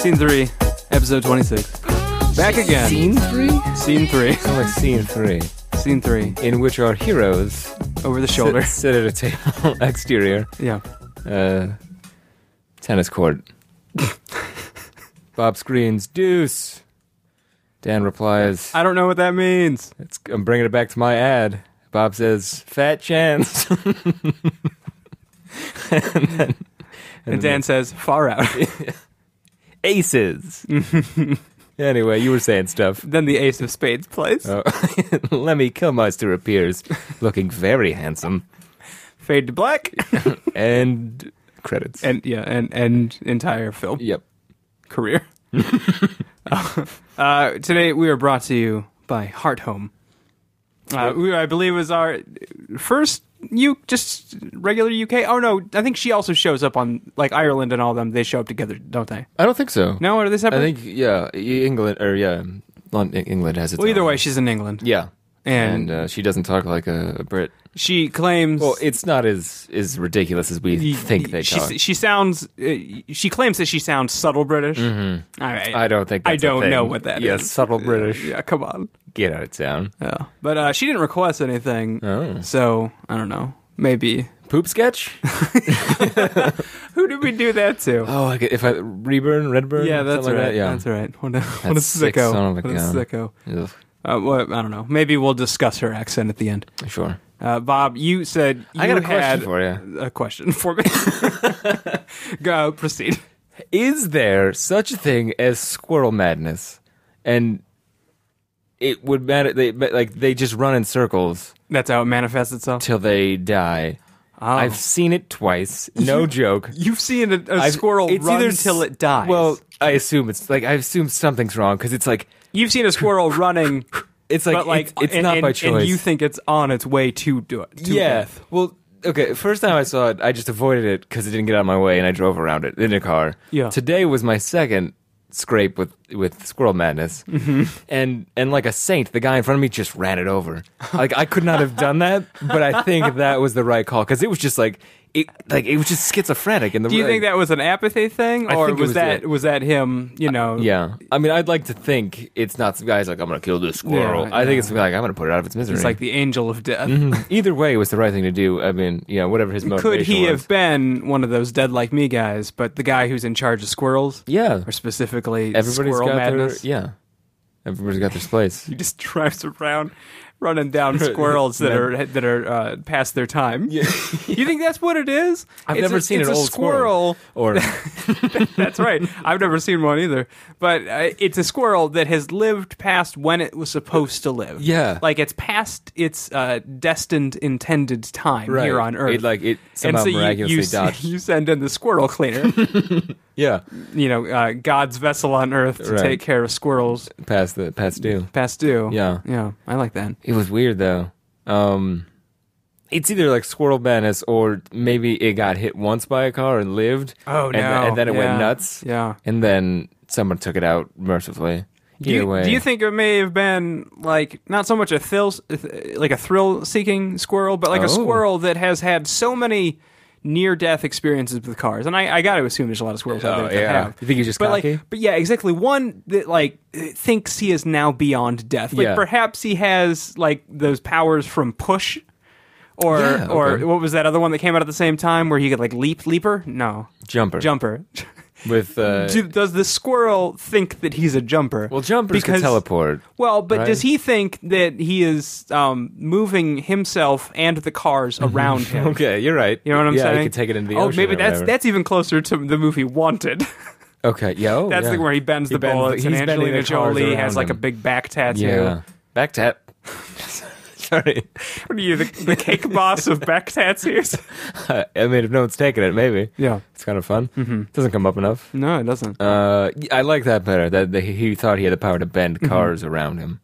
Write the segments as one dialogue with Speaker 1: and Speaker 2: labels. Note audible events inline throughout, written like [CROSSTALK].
Speaker 1: Scene three, episode twenty-six. Back again.
Speaker 2: Scene three?
Speaker 1: Scene three.
Speaker 2: Sounds like scene three,
Speaker 1: Scene three.
Speaker 2: in which
Speaker 1: [LAUGHS]
Speaker 2: our heroes
Speaker 1: Over the
Speaker 2: sit-
Speaker 1: shoulder.
Speaker 2: sit, at a table [LAUGHS] exterior
Speaker 1: [LAUGHS] Yeah.
Speaker 2: uh, tennis court. Bob screams, "Deuce." Dan replies,
Speaker 1: I don't know what that means.
Speaker 2: it's, "I'm bringing it back to my ad." Bob says, "Fat chance." [LAUGHS] and then,
Speaker 1: And Dan says, "Far out." [LAUGHS]
Speaker 2: aces. anyway, you were saying stuff.
Speaker 1: then the ace of spades plays.
Speaker 2: Oh, Lemmy Kilmeister appears, looking very handsome,
Speaker 1: Fade to
Speaker 2: [LAUGHS]
Speaker 1: black.
Speaker 2: and credits.
Speaker 1: and yeah, and and entire film
Speaker 2: yep. [LAUGHS]
Speaker 1: career. [LAUGHS] uh, today we are brought to you by Heart Home. Uh, we, I believe was our first you just regular UK. Oh no, I think she also shows up on like Ireland and all them. They show up together, don't they?
Speaker 2: I don't think so.
Speaker 1: No, are they
Speaker 2: I
Speaker 1: separate?
Speaker 2: think yeah, E- England or yeah, Lon- E- England has its.
Speaker 1: well, either
Speaker 2: own.
Speaker 1: way, she's in England,
Speaker 2: yeah,
Speaker 1: and,
Speaker 2: and uh, she doesn't talk like a, a Brit.
Speaker 1: she claims.
Speaker 2: Well, it's not as as ridiculous as we
Speaker 1: y-
Speaker 2: think they
Speaker 1: she,
Speaker 2: talk.
Speaker 1: she sounds. Uh, she claims that she sounds subtle British. I,
Speaker 2: Mm-hmm. I don't think
Speaker 1: I
Speaker 2: that's a
Speaker 1: don't
Speaker 2: thing.
Speaker 1: know what that is.
Speaker 2: yeah, subtle British.
Speaker 1: Yeah, come on.
Speaker 2: Get out of town.
Speaker 1: Yeah. But uh, she didn't request anything.
Speaker 2: Oh.
Speaker 1: So, I don't know. Maybe.
Speaker 2: Poop sketch?
Speaker 1: Who did we do that
Speaker 2: [LAUGHS]
Speaker 1: to?
Speaker 2: oh, I get, if I Reburn, Redburn,
Speaker 1: yeah, that's
Speaker 2: something
Speaker 1: right.
Speaker 2: like that, Yeah,
Speaker 1: That's right. What a, what a
Speaker 2: That's sick
Speaker 1: sicko.
Speaker 2: son of a
Speaker 1: what a
Speaker 2: gun.
Speaker 1: sicko.
Speaker 2: Ugh,
Speaker 1: Uh, what, I don't know. Maybe we'll discuss her accent at the end.
Speaker 2: sure.
Speaker 1: Uh, Bob, you said you
Speaker 2: I got a
Speaker 1: had
Speaker 2: question for you.
Speaker 1: a question for me. [LAUGHS] Go, proceed.
Speaker 2: Is there such a thing as squirrel madness? And it would matter. They but, like they just run in circles
Speaker 1: That's how it manifests itself.
Speaker 2: till they die.
Speaker 1: Oh.
Speaker 2: I've seen it twice. [LAUGHS]
Speaker 1: [LAUGHS]
Speaker 2: No joke.
Speaker 1: You've seen a, a
Speaker 2: I've-
Speaker 1: squirrel
Speaker 2: it's
Speaker 1: run
Speaker 2: either
Speaker 1: till
Speaker 2: s-
Speaker 1: it dies.
Speaker 2: Well, I assume it's like I assume something's wrong because it's like
Speaker 1: you've seen a
Speaker 2: [LAUGHS]
Speaker 1: squirrel running,
Speaker 2: it's like,
Speaker 1: but like
Speaker 2: it's, it's
Speaker 1: and-
Speaker 2: not
Speaker 1: and-
Speaker 2: by choice.
Speaker 1: And you think it's on its way to do it. to
Speaker 2: yeah.
Speaker 1: death.
Speaker 2: Well, okay. First time I saw it, I just avoided it because it didn't get out of my way, and I drove around it in a car.
Speaker 1: Yeah.
Speaker 2: Today was my second scrape with with squirrel madness, mm-hmm. and and like a saint, the guy in front of me just ran it over. like I could not have done that, but I think that was the right call because it was just like it like it was just schizophrenic. And the
Speaker 1: Do you
Speaker 2: like,
Speaker 1: think that was an apathy thing,
Speaker 2: I
Speaker 1: or
Speaker 2: think it
Speaker 1: was
Speaker 2: was
Speaker 1: that
Speaker 2: it. Uh,
Speaker 1: was that him? You know,
Speaker 2: Yeah, I mean, I'd like to think it's not some guy's like I'm gonna kill this squirrel.
Speaker 1: Yeah,
Speaker 2: I think
Speaker 1: yeah.
Speaker 2: it's like I'm gonna put it out of its misery.
Speaker 1: it's like the angel of death.
Speaker 2: [LAUGHS] either way, it was the right thing to do. I mean, yeah, whatever his motivation
Speaker 1: Could he
Speaker 2: was.
Speaker 1: have been one of those dead like me guys? But the guy who's in charge of squirrels,
Speaker 2: Yeah,
Speaker 1: or specifically
Speaker 2: Everybody's
Speaker 1: squirrel
Speaker 2: got
Speaker 1: madness,
Speaker 2: their yeah. Everybody's got their place.
Speaker 1: [LAUGHS] he just drives around running
Speaker 2: [LAUGHS]
Speaker 1: down squirrels that are that are uh, past their time. [LAUGHS] you think that's what it is?
Speaker 2: I've
Speaker 1: It's
Speaker 2: never
Speaker 1: a-
Speaker 2: seen
Speaker 1: it's
Speaker 2: an
Speaker 1: a
Speaker 2: old [LAUGHS] squirrel. Or
Speaker 1: That's right. I've never seen one either. But uh, it's a squirrel that has lived past when it was supposed to live.
Speaker 2: Yeah.
Speaker 1: Like it's past its uh, destined, intended time here on Earth.
Speaker 2: It, like it
Speaker 1: and
Speaker 2: somehow
Speaker 1: so you,
Speaker 2: miraculously
Speaker 1: you, [LAUGHS]
Speaker 2: dodged.
Speaker 1: you send in the squirrel
Speaker 2: [LAUGHS]
Speaker 1: cleaner,
Speaker 2: yeah,
Speaker 1: you know, uh, God's vessel on Earth to
Speaker 2: Right.
Speaker 1: take care of squirrels
Speaker 2: past the past due.
Speaker 1: past due.
Speaker 2: Yeah.
Speaker 1: Yeah. I like that.
Speaker 2: It was weird though. Um, it's either like squirrel madness or maybe it got hit once by a car and lived.
Speaker 1: Oh,
Speaker 2: and
Speaker 1: no.
Speaker 2: then, and then it
Speaker 1: Yeah.
Speaker 2: went nuts.
Speaker 1: Yeah.
Speaker 2: and then someone took it out mercifully.
Speaker 1: Do
Speaker 2: Either
Speaker 1: you,
Speaker 2: way,
Speaker 1: do you think it may have been like not so much a thrill, like a thrill-seeking squirrel, but like
Speaker 2: Oh.
Speaker 1: a squirrel that has had so many near-death experiences with cars? And I, I got to assume there's a lot of squirrels out
Speaker 2: Oh,
Speaker 1: there that
Speaker 2: yeah.
Speaker 1: have.
Speaker 2: You think he's just
Speaker 1: but
Speaker 2: cocky?
Speaker 1: like, but yeah, exactly. One that like thinks he is now beyond death. Like
Speaker 2: Yeah.
Speaker 1: perhaps he has like those powers from push. Or,
Speaker 2: Yeah, okay.
Speaker 1: or what was that other one that came out at the same time where you could like leap leaper? No,
Speaker 2: jumper
Speaker 1: jumper. [LAUGHS]
Speaker 2: with uh,
Speaker 1: Do, does the squirrel think that he's a jumper?
Speaker 2: well jumpers can
Speaker 1: because-
Speaker 2: teleport.
Speaker 1: Well, but
Speaker 2: right?
Speaker 1: does he think that he is um, moving himself and the cars around him?
Speaker 2: Mm-hmm. [LAUGHS] Okay, you're right.
Speaker 1: You know what I'm
Speaker 2: yeah,
Speaker 1: saying?
Speaker 2: you could take it into the
Speaker 1: oh,
Speaker 2: ocean.
Speaker 1: maybe
Speaker 2: or
Speaker 1: that's
Speaker 2: whatever.
Speaker 1: that's even closer to the movie Wanted. [LAUGHS]
Speaker 2: Okay, yeah. oh,
Speaker 1: that's
Speaker 2: yeah.
Speaker 1: the where he bends
Speaker 2: He
Speaker 1: the
Speaker 2: bends the-
Speaker 1: bullets, and
Speaker 2: he's bending
Speaker 1: Angelina
Speaker 2: the cars
Speaker 1: Jolie
Speaker 2: around
Speaker 1: has like a
Speaker 2: him.
Speaker 1: big back tattoo.
Speaker 2: Yeah. Back tap. [LAUGHS] Sorry.
Speaker 1: [LAUGHS]
Speaker 2: [LAUGHS]
Speaker 1: What are you, the, the cake boss of back tattoos? [LAUGHS]
Speaker 2: I mean, if no one's taking it, maybe.
Speaker 1: Yeah.
Speaker 2: It's kind of fun.
Speaker 1: Mm-hmm.
Speaker 2: Doesn't come up enough.
Speaker 1: No, it doesn't.
Speaker 2: Uh, I like that better. That the, he thought he had the power to
Speaker 1: Mm-hmm.
Speaker 2: bend cars around him.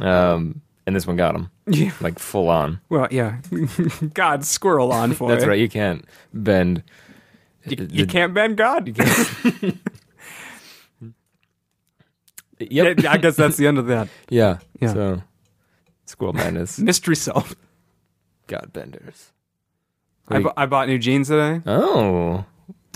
Speaker 2: Um, and this one got him.
Speaker 1: Yeah.
Speaker 2: Like full on.
Speaker 1: Well, yeah. [LAUGHS] God, squirrel on for
Speaker 2: That's
Speaker 1: it.
Speaker 2: right. You can't bend. Uh,
Speaker 1: You, you can't bend God. [LAUGHS]
Speaker 2: Yep.
Speaker 1: I guess that's the end of that
Speaker 2: [LAUGHS] Yeah.
Speaker 1: Yeah.
Speaker 2: So, squirrel
Speaker 1: [LAUGHS]
Speaker 2: madness.
Speaker 1: mystery self.
Speaker 2: God benders.
Speaker 1: I bu- I bought new jeans today.
Speaker 2: Oh.
Speaker 1: Well,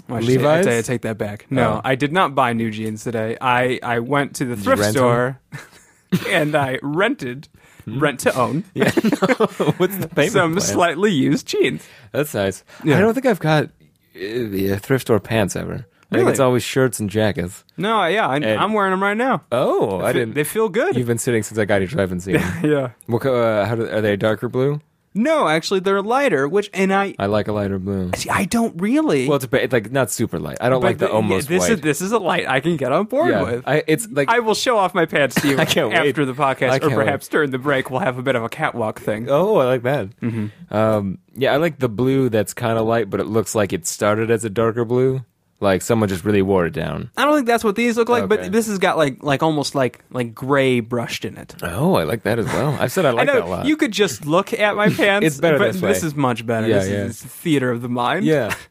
Speaker 1: I should say-
Speaker 2: Levi's?
Speaker 1: I, take that back. No,
Speaker 2: Oh.
Speaker 1: I did not buy new jeans today. I, I went to the
Speaker 2: you
Speaker 1: thrift
Speaker 2: rent 'em?
Speaker 1: store [LAUGHS] and I rented, rent to own,
Speaker 2: [LAUGHS] What's the payment?
Speaker 1: some
Speaker 2: Hmm. plan?
Speaker 1: slightly used jeans.
Speaker 2: That's nice.
Speaker 1: Yeah.
Speaker 2: I don't think I've got uh, the thrift store pants ever. I think
Speaker 1: Really?
Speaker 2: it's always shirts and jackets.
Speaker 1: No, yeah, I, I'm wearing them right now.
Speaker 2: Oh, I
Speaker 1: Fe-
Speaker 2: didn't.
Speaker 1: They feel good.
Speaker 2: You've been sitting since I got each. I haven't seen.
Speaker 1: [LAUGHS]
Speaker 2: them.
Speaker 1: yeah.
Speaker 2: What, co- uh, how do, are they darker blue?
Speaker 1: No, actually, they're lighter, which, and I,
Speaker 2: I like a lighter blue.
Speaker 1: see, I don't really.
Speaker 2: Well, it's, ba- it's like not super light. I don't like the
Speaker 1: yeah,
Speaker 2: almost
Speaker 1: this
Speaker 2: white.
Speaker 1: Is, this is a light I can get on board
Speaker 2: yeah,
Speaker 1: with. I,
Speaker 2: I, it's like
Speaker 1: will show off my pants to you
Speaker 2: [LAUGHS] I can't wait.
Speaker 1: after the
Speaker 2: I
Speaker 1: podcast, or
Speaker 2: can't wait.
Speaker 1: perhaps during the break, we'll have a bit of a catwalk thing.
Speaker 2: oh, I like that.
Speaker 1: Mm-hmm.
Speaker 2: Um, yeah, I like the blue that's kind of light, but it looks like it started as a darker blue. Like someone just really wore it down.
Speaker 1: I don't think that's what these look like,
Speaker 2: Okay.
Speaker 1: but this has got like like almost like like gray brushed in it.
Speaker 2: Oh, I like that as well. I've said [LAUGHS] I like
Speaker 1: I
Speaker 2: that a
Speaker 1: know
Speaker 2: lot.
Speaker 1: you could just look at
Speaker 2: [LAUGHS]
Speaker 1: my pants.
Speaker 2: It's better
Speaker 1: but
Speaker 2: this
Speaker 1: this,
Speaker 2: way.
Speaker 1: is much better.
Speaker 2: Yeah,
Speaker 1: this
Speaker 2: yeah.
Speaker 1: is it's theater of the mind.
Speaker 2: yeah. [LAUGHS]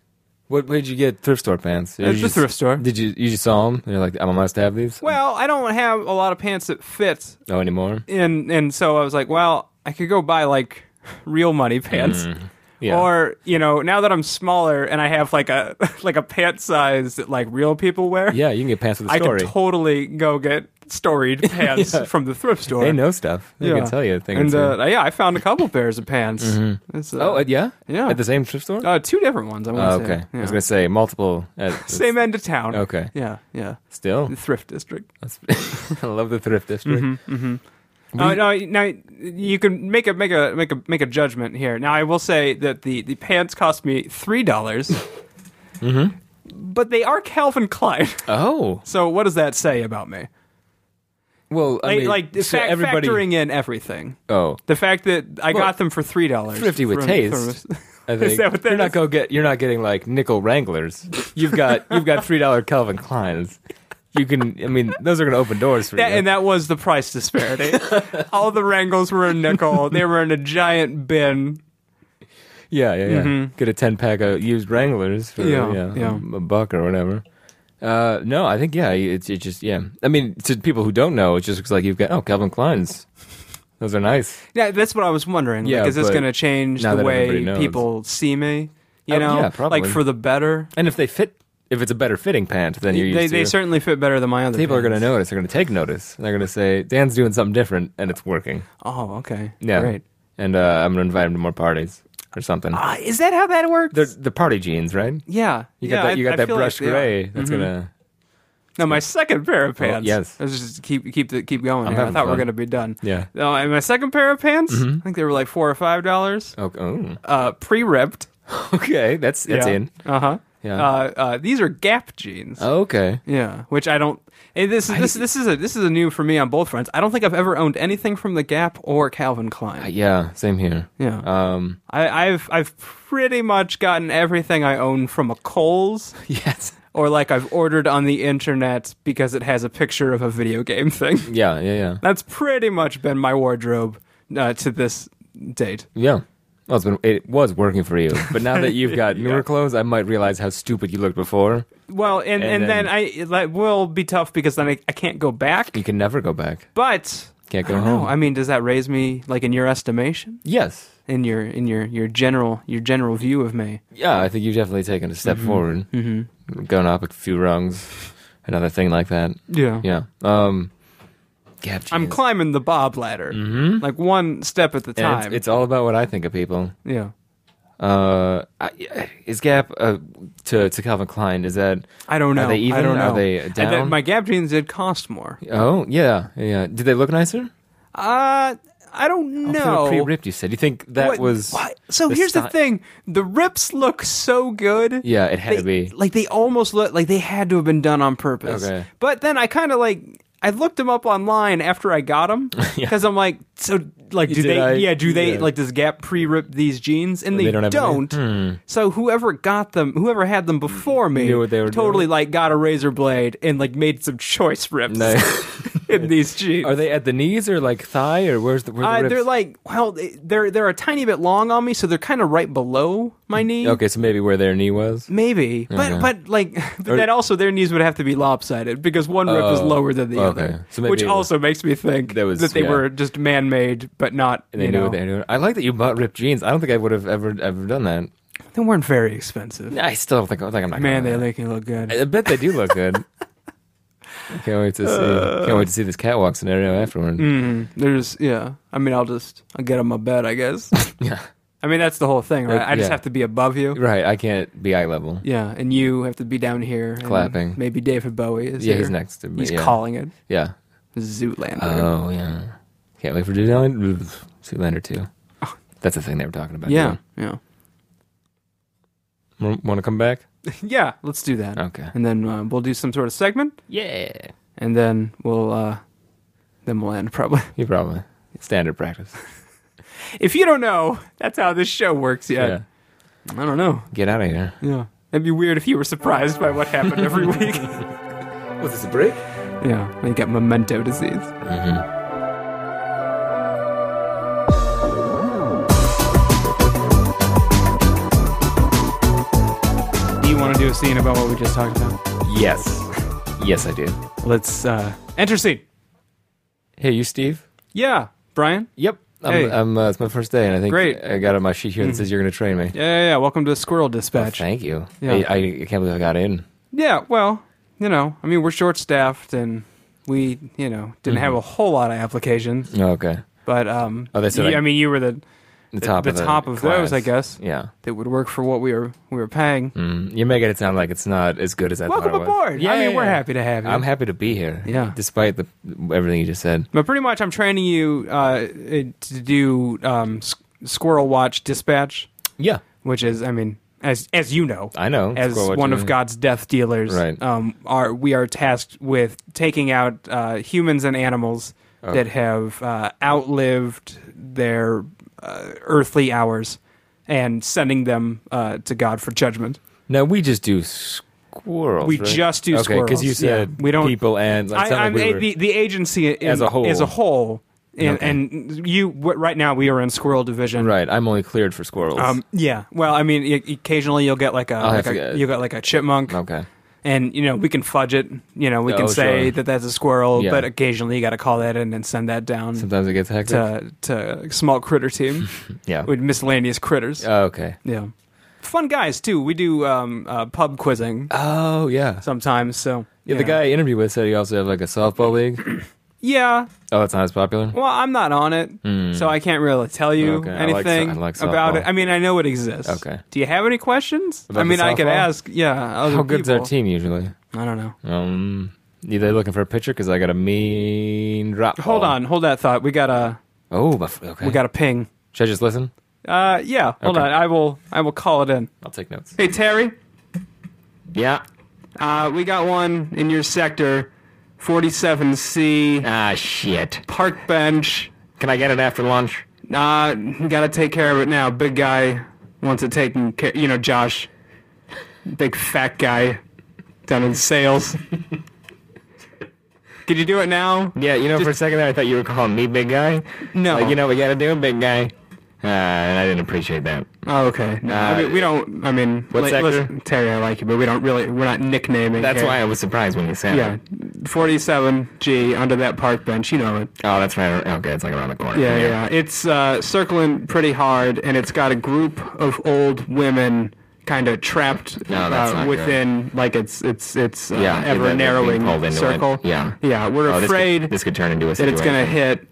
Speaker 2: What where did you get thrift store pants?
Speaker 1: At
Speaker 2: Did you
Speaker 1: the
Speaker 2: just-
Speaker 1: thrift store.
Speaker 2: Did you you just saw them? And you're like, I'm must have these.
Speaker 1: Well, I don't have a lot of pants that fit,
Speaker 2: no anymore.
Speaker 1: and and so I was like, well, I could go buy like real money pants.
Speaker 2: Mm, Yeah.
Speaker 1: Or you know, now that I'm smaller and I have like a [LAUGHS] like a pant size that like real people wear,
Speaker 2: yeah, you can get pants with a
Speaker 1: I could
Speaker 2: story.
Speaker 1: totally go get
Speaker 2: [LAUGHS]
Speaker 1: storied pants from the thrift store.
Speaker 2: they know stuff. They can tell you a thing or
Speaker 1: And
Speaker 2: two.
Speaker 1: uh, yeah, I found a couple pairs of pants. It's, uh,
Speaker 2: oh, uh, yeah,
Speaker 1: yeah.
Speaker 2: At the same thrift store.
Speaker 1: uh, two different ones. I
Speaker 2: Oh,
Speaker 1: want to
Speaker 2: okay.
Speaker 1: say.
Speaker 2: I
Speaker 1: Yeah.
Speaker 2: was gonna say multiple.
Speaker 1: [LAUGHS]
Speaker 2: At,
Speaker 1: Same end of town.
Speaker 2: Okay.
Speaker 1: Yeah, yeah.
Speaker 2: Still,
Speaker 1: [LAUGHS] The thrift district.
Speaker 2: that's, I love the thrift district.
Speaker 1: Uh, no, now you can make a make a make a make a judgment here. Now I will say that the the pants cost me three dollars,
Speaker 2: [LAUGHS] Mm-hmm.
Speaker 1: but they are Calvin Klein. [LAUGHS]
Speaker 2: Oh,
Speaker 1: So what does that say about me?
Speaker 2: well, I
Speaker 1: Like,
Speaker 2: mean,
Speaker 1: like
Speaker 2: so
Speaker 1: fac-
Speaker 2: everybody.
Speaker 1: factoring in everything,
Speaker 2: oh,
Speaker 1: the fact that I
Speaker 2: Well,
Speaker 1: got them for three dollars.
Speaker 2: thrifty with taste. [LAUGHS] I think
Speaker 1: that what that
Speaker 2: you're not
Speaker 1: is?
Speaker 2: going get. You're not getting like nickel Wranglers. You've got you've got three dollar Calvin Kleins. You can. I mean, those are gonna open doors
Speaker 1: [LAUGHS]
Speaker 2: for
Speaker 1: That,
Speaker 2: you.
Speaker 1: and that was the price
Speaker 2: [LAUGHS]
Speaker 1: disparity. All the Wrangles were a nickel. They were in a giant bin.
Speaker 2: yeah, yeah, yeah. Get a ten pack of used Wranglers for
Speaker 1: Mm-hmm. Yeah,
Speaker 2: yeah, um,
Speaker 1: yeah.
Speaker 2: a buck or whatever. Uh, no, I think yeah. It's it just yeah. I mean, to people who don't know, it just looks like you've got oh Calvin Kleins. Those are nice.
Speaker 1: Yeah, that's what I was wondering.
Speaker 2: Yeah,
Speaker 1: like, is this
Speaker 2: but
Speaker 1: going to change
Speaker 2: now
Speaker 1: the
Speaker 2: that
Speaker 1: way
Speaker 2: everybody knows.
Speaker 1: people see me? You
Speaker 2: Oh,
Speaker 1: know,
Speaker 2: yeah, probably.
Speaker 1: like for the better.
Speaker 2: And if they fit, if it's a better fitting pant than you're used
Speaker 1: They,
Speaker 2: to,
Speaker 1: they certainly fit better than my other.
Speaker 2: people are going to
Speaker 1: pants.
Speaker 2: notice. They're going to take notice. They're going to say Dan's doing something different, and it's working.
Speaker 1: Oh, okay.
Speaker 2: Yeah,
Speaker 1: Great.
Speaker 2: And uh, I'm going to invite him to more parties or something.
Speaker 1: Uh, is that how that works?
Speaker 2: They're the party jeans, right?
Speaker 1: yeah.
Speaker 2: You
Speaker 1: yeah, Mm-hmm.
Speaker 2: got that.
Speaker 1: I-
Speaker 2: You got
Speaker 1: I
Speaker 2: that
Speaker 1: feel like
Speaker 2: brushed
Speaker 1: they are.
Speaker 2: gray. That's gonna.
Speaker 1: Now my second pair of pants.
Speaker 2: yes.
Speaker 1: Let's just keep keep the, keep going.
Speaker 2: I'm
Speaker 1: here. I
Speaker 2: having
Speaker 1: thought we were
Speaker 2: fun.
Speaker 1: going to be done.
Speaker 2: Yeah. Mm-hmm.
Speaker 1: No, and my second pair of pants. I think they were like four or five dollars.
Speaker 2: Okay.
Speaker 1: Uh, pre-ripped.
Speaker 2: oh. [LAUGHS] Okay. That's that's
Speaker 1: yeah.
Speaker 2: in.
Speaker 1: Uh-huh.
Speaker 2: Yeah.
Speaker 1: Uh uh These are Gap jeans.
Speaker 2: Okay.
Speaker 1: Yeah, which I don't. Hey, this is this this is a this is a new for me on both fronts. I don't think I've ever owned anything from the Gap or Calvin Klein.
Speaker 2: Uh, Yeah. Same here.
Speaker 1: yeah, [LAUGHS]
Speaker 2: Um.
Speaker 1: I, I've I've pretty much gotten everything I own from a Kohl's
Speaker 2: Yes.
Speaker 1: or like I've ordered on the internet because it has a picture of a video game thing. [LAUGHS]
Speaker 2: Yeah. Yeah. Yeah.
Speaker 1: That's pretty much been my wardrobe uh, to this date.
Speaker 2: Yeah. Well, it's been, it was working for you, but now
Speaker 1: [LAUGHS]
Speaker 2: that you've got newer clothes, I might realize how stupid you looked before.
Speaker 1: Well, and and,
Speaker 2: And
Speaker 1: then,
Speaker 2: then-
Speaker 1: I that will be tough because then I, I can't go back.
Speaker 2: You can never go back.
Speaker 1: But
Speaker 2: Can't
Speaker 1: I
Speaker 2: go
Speaker 1: don't know.
Speaker 2: home.
Speaker 1: I mean, does that raise me like in your estimation?
Speaker 2: Yes.
Speaker 1: in your in your your general your general view of me.
Speaker 2: Yeah, I think you've definitely taken a step forward, mm-hmm. gone up a few rungs, another thing like that.
Speaker 1: Yeah.
Speaker 2: Yeah. Um, Gap
Speaker 1: I'm
Speaker 2: jeans.
Speaker 1: climbing the bob ladder, mm-hmm. like one step at the
Speaker 2: And
Speaker 1: time.
Speaker 2: It's, it's all about what I think of people.
Speaker 1: yeah,
Speaker 2: Uh, I, is Gap uh, to to Calvin Klein? Is that
Speaker 1: I don't know.
Speaker 2: Are they even?
Speaker 1: I don't know.
Speaker 2: Are they
Speaker 1: And
Speaker 2: down?
Speaker 1: that- my Gap jeans did cost more.
Speaker 2: oh yeah yeah. Did they look nicer?
Speaker 1: Uh, I don't know.
Speaker 2: pre ripped. You said. You think that
Speaker 1: What-
Speaker 2: was
Speaker 1: what? So
Speaker 2: the
Speaker 1: here's the
Speaker 2: sty-
Speaker 1: thing: the rips look so good.
Speaker 2: Yeah, it had
Speaker 1: they,
Speaker 2: to be.
Speaker 1: like they almost look like they had to have been done on purpose.
Speaker 2: Okay.
Speaker 1: But then I kind of like I looked them up online after I got them
Speaker 2: [LAUGHS] Yeah.
Speaker 1: because I'm like, so like do
Speaker 2: Did
Speaker 1: they?
Speaker 2: I-
Speaker 1: yeah, do they
Speaker 2: yeah. Oh,
Speaker 1: like does Gap pre-rip these jeans and they,
Speaker 2: they don't have any? Hmm.
Speaker 1: So whoever got them, whoever had them before me,
Speaker 2: Knew what they were
Speaker 1: totally
Speaker 2: doing.
Speaker 1: like got a razor blade and like made some choice rips
Speaker 2: No.
Speaker 1: [LAUGHS] in these jeans.
Speaker 2: [LAUGHS] Are they at the knees or like thigh or where's the, where the
Speaker 1: Uh,
Speaker 2: rips?
Speaker 1: they're like well, they- they're they're a tiny bit long on me, so they're kind of right below my knee.
Speaker 2: okay, so maybe where their knee was.
Speaker 1: Maybe, but
Speaker 2: Okay.
Speaker 1: but like, [LAUGHS] but then also their knees would have to be lopsided because one rip is
Speaker 2: Oh,
Speaker 1: lower than the
Speaker 2: okay.
Speaker 1: other,
Speaker 2: So maybe
Speaker 1: which
Speaker 2: it was-
Speaker 1: also makes me think
Speaker 2: That was-
Speaker 1: that they
Speaker 2: yeah.
Speaker 1: were just man-made, but not.
Speaker 2: And they
Speaker 1: you
Speaker 2: knew
Speaker 1: know,
Speaker 2: what they were doing. I like that you bought ripped jeans. I don't think I would have ever ever done that.
Speaker 1: They weren't very expensive.
Speaker 2: I still don't think, I think I'm not.
Speaker 1: Man,
Speaker 2: gonna
Speaker 1: they make me look good.
Speaker 2: I bet they do look
Speaker 1: [LAUGHS]
Speaker 2: good. can't wait to see. can't wait to see this catwalk scenario afterward.
Speaker 1: Mm. There's Mm-hmm. yeah. I mean, I'll just I'll get on my bed, I
Speaker 2: [LAUGHS]
Speaker 1: guess.
Speaker 2: [LAUGHS] Yeah,
Speaker 1: I mean, that's the whole thing, right? I just
Speaker 2: yeah.
Speaker 1: have to be above you.
Speaker 2: right. I can't be eye level.
Speaker 1: Yeah, and you have to be down here and
Speaker 2: Clapping.
Speaker 1: Maybe David Bowie is
Speaker 2: Yeah,
Speaker 1: here.
Speaker 2: he's next to me.
Speaker 1: He's
Speaker 2: yeah.
Speaker 1: calling it
Speaker 2: Yeah.
Speaker 1: Zoolander.
Speaker 2: Oh yeah. Can't wait for Zoolander.
Speaker 1: [LAUGHS]
Speaker 2: Zoolander two. That's the thing they were talking about.
Speaker 1: yeah, yeah, [LAUGHS]
Speaker 2: Want to come back?
Speaker 1: yeah. Let's do that,
Speaker 2: Okay.
Speaker 1: and then uh, we'll do some sort of segment,
Speaker 2: Yeah.
Speaker 1: and then we'll uh, then we'll end [LAUGHS] probably.
Speaker 2: You probably standard practice.
Speaker 1: If you don't know, that's how this show works. Yet. I don't know.
Speaker 2: Get out of here.
Speaker 1: Yeah, it'd be weird if you were surprised by what happened every week.
Speaker 2: Was this a break?
Speaker 1: yeah, I got memento disease. Do you want to do a scene about what we just talked about?
Speaker 2: Yes. Yes, I do.
Speaker 1: Let's uh, enter scene.
Speaker 2: Hey, you, Steve.
Speaker 1: Yeah, Brian.
Speaker 2: Yep. I'm,
Speaker 1: Hey.
Speaker 2: I'm, uh, it's my first day, and I think
Speaker 1: Great. Mm-hmm.
Speaker 2: I got on my sheet here that says you're going to train me.
Speaker 1: Yeah, yeah, yeah. Welcome to Squirrel Dispatch.
Speaker 2: Oh, Thank you.
Speaker 1: Yeah.
Speaker 2: I, I can't believe I got in.
Speaker 1: yeah, well, you know, I mean, we're short staffed and we, you know, didn't have a whole lot of applications,
Speaker 2: Oh, okay.
Speaker 1: but um,
Speaker 2: Mm-hmm. Oh, that's
Speaker 1: you-
Speaker 2: like
Speaker 1: I mean, you were the
Speaker 2: The top
Speaker 1: the
Speaker 2: of the
Speaker 1: top of those,
Speaker 2: class.
Speaker 1: I guess.
Speaker 2: Yeah.
Speaker 1: that would work for what we were we were paying.
Speaker 2: Mm, you're making it sound like it's not as good as I
Speaker 1: Welcome
Speaker 2: thought it was.
Speaker 1: aboard. I mean, we're happy to have you.
Speaker 2: I'm happy to be here.
Speaker 1: Yeah.
Speaker 2: Despite the everything you just said.
Speaker 1: But pretty much, I'm training you uh, it- to do um, s- Squirrel Watch Dispatch,
Speaker 2: Yeah.
Speaker 1: which is, I mean, as as you know,
Speaker 2: I know.
Speaker 1: as
Speaker 2: Squirrel, what
Speaker 1: one
Speaker 2: you-
Speaker 1: of God's death dealers,
Speaker 2: Right.
Speaker 1: um, are we are tasked with taking out uh, humans and animals
Speaker 2: Oh.
Speaker 1: that have uh, outlived their uh, earthly hours and sending them uh, to God for judgment.
Speaker 2: Now we just do squirrels.
Speaker 1: We
Speaker 2: right?
Speaker 1: just do
Speaker 2: okay,
Speaker 1: squirrels.
Speaker 2: Because you said
Speaker 1: Yeah. We don't-
Speaker 2: people and like,
Speaker 1: I, I'm
Speaker 2: we
Speaker 1: a-
Speaker 2: were-
Speaker 1: the, the agency in-
Speaker 2: As a whole.
Speaker 1: As a whole, and,
Speaker 2: Okay.
Speaker 1: and you wh- right now we are in Squirrel Division.
Speaker 2: right. I'm only cleared for squirrels.
Speaker 1: Um, yeah. Well, I mean, y- occasionally you'll get like a,
Speaker 2: I'll
Speaker 1: like
Speaker 2: have
Speaker 1: a
Speaker 2: to get-
Speaker 1: you got like a chipmunk,
Speaker 2: okay.
Speaker 1: and you know we can fudge it. You know we can
Speaker 2: Oh,
Speaker 1: say
Speaker 2: sure.
Speaker 1: that that's a squirrel,
Speaker 2: Yeah.
Speaker 1: but occasionally you got to call that in and send that down
Speaker 2: Sometimes it gets hectic.
Speaker 1: to to small critter team
Speaker 2: [LAUGHS] yeah.
Speaker 1: with miscellaneous critters.
Speaker 2: Oh, okay.
Speaker 1: yeah, fun guys too. We do um, uh, pub quizzing
Speaker 2: Oh yeah.
Speaker 1: sometimes. So
Speaker 2: Yeah,
Speaker 1: you
Speaker 2: the
Speaker 1: know.
Speaker 2: guy I interviewed with said he also had like a softball [CLEARS THROAT] league.
Speaker 1: Yeah.
Speaker 2: Oh, that's not as popular.
Speaker 1: Well, I'm not on it, so I can't really tell you
Speaker 2: Hmm. Okay, I like so-
Speaker 1: anything
Speaker 2: I like
Speaker 1: about
Speaker 2: softball.
Speaker 1: it. I mean, I know it exists.
Speaker 2: Okay.
Speaker 1: Do you have any questions?
Speaker 2: About
Speaker 1: I
Speaker 2: the
Speaker 1: mean, I could
Speaker 2: softball?
Speaker 1: ask. Yeah. Other
Speaker 2: How good's
Speaker 1: people.
Speaker 2: our team usually?
Speaker 1: I don't know.
Speaker 2: Um, are they looking for a pitcher? Because I got a mean drop.
Speaker 1: Hold
Speaker 2: ball.
Speaker 1: on, hold that thought. We got a
Speaker 2: Oh, my, f- okay.
Speaker 1: we got a ping.
Speaker 2: Should I just listen?
Speaker 1: Uh, yeah. Hold
Speaker 2: Okay.
Speaker 1: on. I will I will call it in.
Speaker 2: I'll take notes.
Speaker 1: Hey Terry,
Speaker 2: Yeah.
Speaker 1: uh, we got one in your sector, 47C
Speaker 2: Ah, shit.
Speaker 1: park bench.
Speaker 2: Can I get it after lunch?
Speaker 1: Uh, gotta take care of it now. Big guy wants it taken care. You know, Josh, big fat guy down in
Speaker 2: [LAUGHS]
Speaker 1: sales. Could you do it now?
Speaker 2: Yeah, you know, for a second there, I thought you were calling me big guy.
Speaker 1: No.
Speaker 2: Like, you know, we gotta do, big guy. Uh, and I didn't appreciate that.
Speaker 1: Oh, okay. No, I mean, we don't. I mean,
Speaker 2: uh, what
Speaker 1: li-
Speaker 2: sector?
Speaker 1: listen, Terry, I like you, but we don't really. We're not nicknaming.
Speaker 2: That's
Speaker 1: here.
Speaker 2: why I was surprised when you said
Speaker 1: Yeah,
Speaker 2: it.
Speaker 1: forty-seven G under that park bench. You know it.
Speaker 2: Oh, that's right. Okay, it's like around the corner.
Speaker 1: Yeah, yeah. It's uh, circling pretty hard, and it's got a group of old women kind of trapped
Speaker 2: No, that's
Speaker 1: uh,
Speaker 2: not
Speaker 1: within like it's it's it's uh,
Speaker 2: Yeah,
Speaker 1: ever
Speaker 2: they're being
Speaker 1: narrowing
Speaker 2: pulled into
Speaker 1: circle.
Speaker 2: it. Yeah.
Speaker 1: yeah. We're
Speaker 2: Oh, this
Speaker 1: afraid
Speaker 2: Could, this could turn into a
Speaker 1: that it's
Speaker 2: situation.
Speaker 1: gonna hit,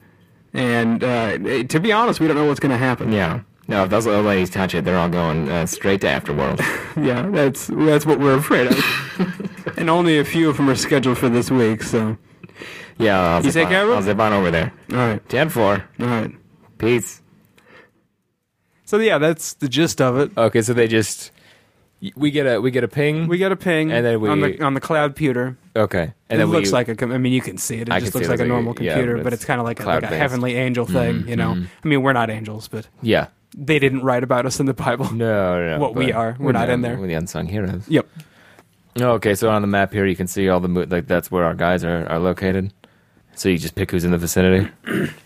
Speaker 1: and uh, it- to be honest, we don't know what's gonna happen.
Speaker 2: Yeah. No, if those little ladies touch it, they're all going uh, straight to [LAUGHS] afterworld.
Speaker 1: [LAUGHS] yeah. That's that's what we're afraid of.
Speaker 2: [LAUGHS]
Speaker 1: and only a few of them are scheduled for this week. So,
Speaker 2: yeah, I'll you zip
Speaker 1: take
Speaker 2: on,
Speaker 1: care of it?
Speaker 2: I'll zip on over there.
Speaker 1: all right,
Speaker 2: 10 4.
Speaker 1: all right.
Speaker 2: Peace.
Speaker 1: So yeah, that's the gist of it.
Speaker 2: Okay, so they just. We get a we get a ping.
Speaker 1: We got a ping
Speaker 2: And then we-
Speaker 1: on the on the cloud pewter.
Speaker 2: okay, and
Speaker 1: it
Speaker 2: then
Speaker 1: looks
Speaker 2: we,
Speaker 1: like a. com- I mean, you can see it. It
Speaker 2: I
Speaker 1: just
Speaker 2: can
Speaker 1: looks
Speaker 2: see it.
Speaker 1: like a
Speaker 2: It's like a-
Speaker 1: normal
Speaker 2: yeah,
Speaker 1: computer,
Speaker 2: but
Speaker 1: but
Speaker 2: it's
Speaker 1: it's kind of like, a- like a
Speaker 2: cloud-based. Mm-hmm.
Speaker 1: heavenly angel thing. You know, I mean, we're not angels, but
Speaker 2: yeah.
Speaker 1: they didn't write about us in the Bible.
Speaker 2: [LAUGHS] No, no. no,
Speaker 1: What we
Speaker 2: but
Speaker 1: are. We're
Speaker 2: we
Speaker 1: not
Speaker 2: know
Speaker 1: in there.
Speaker 2: We're the unsung heroes.
Speaker 1: Yep.
Speaker 2: Okay, so on the map here, you can see all the mo- like that's where our guys are, are located. So you just pick who's in the vicinity.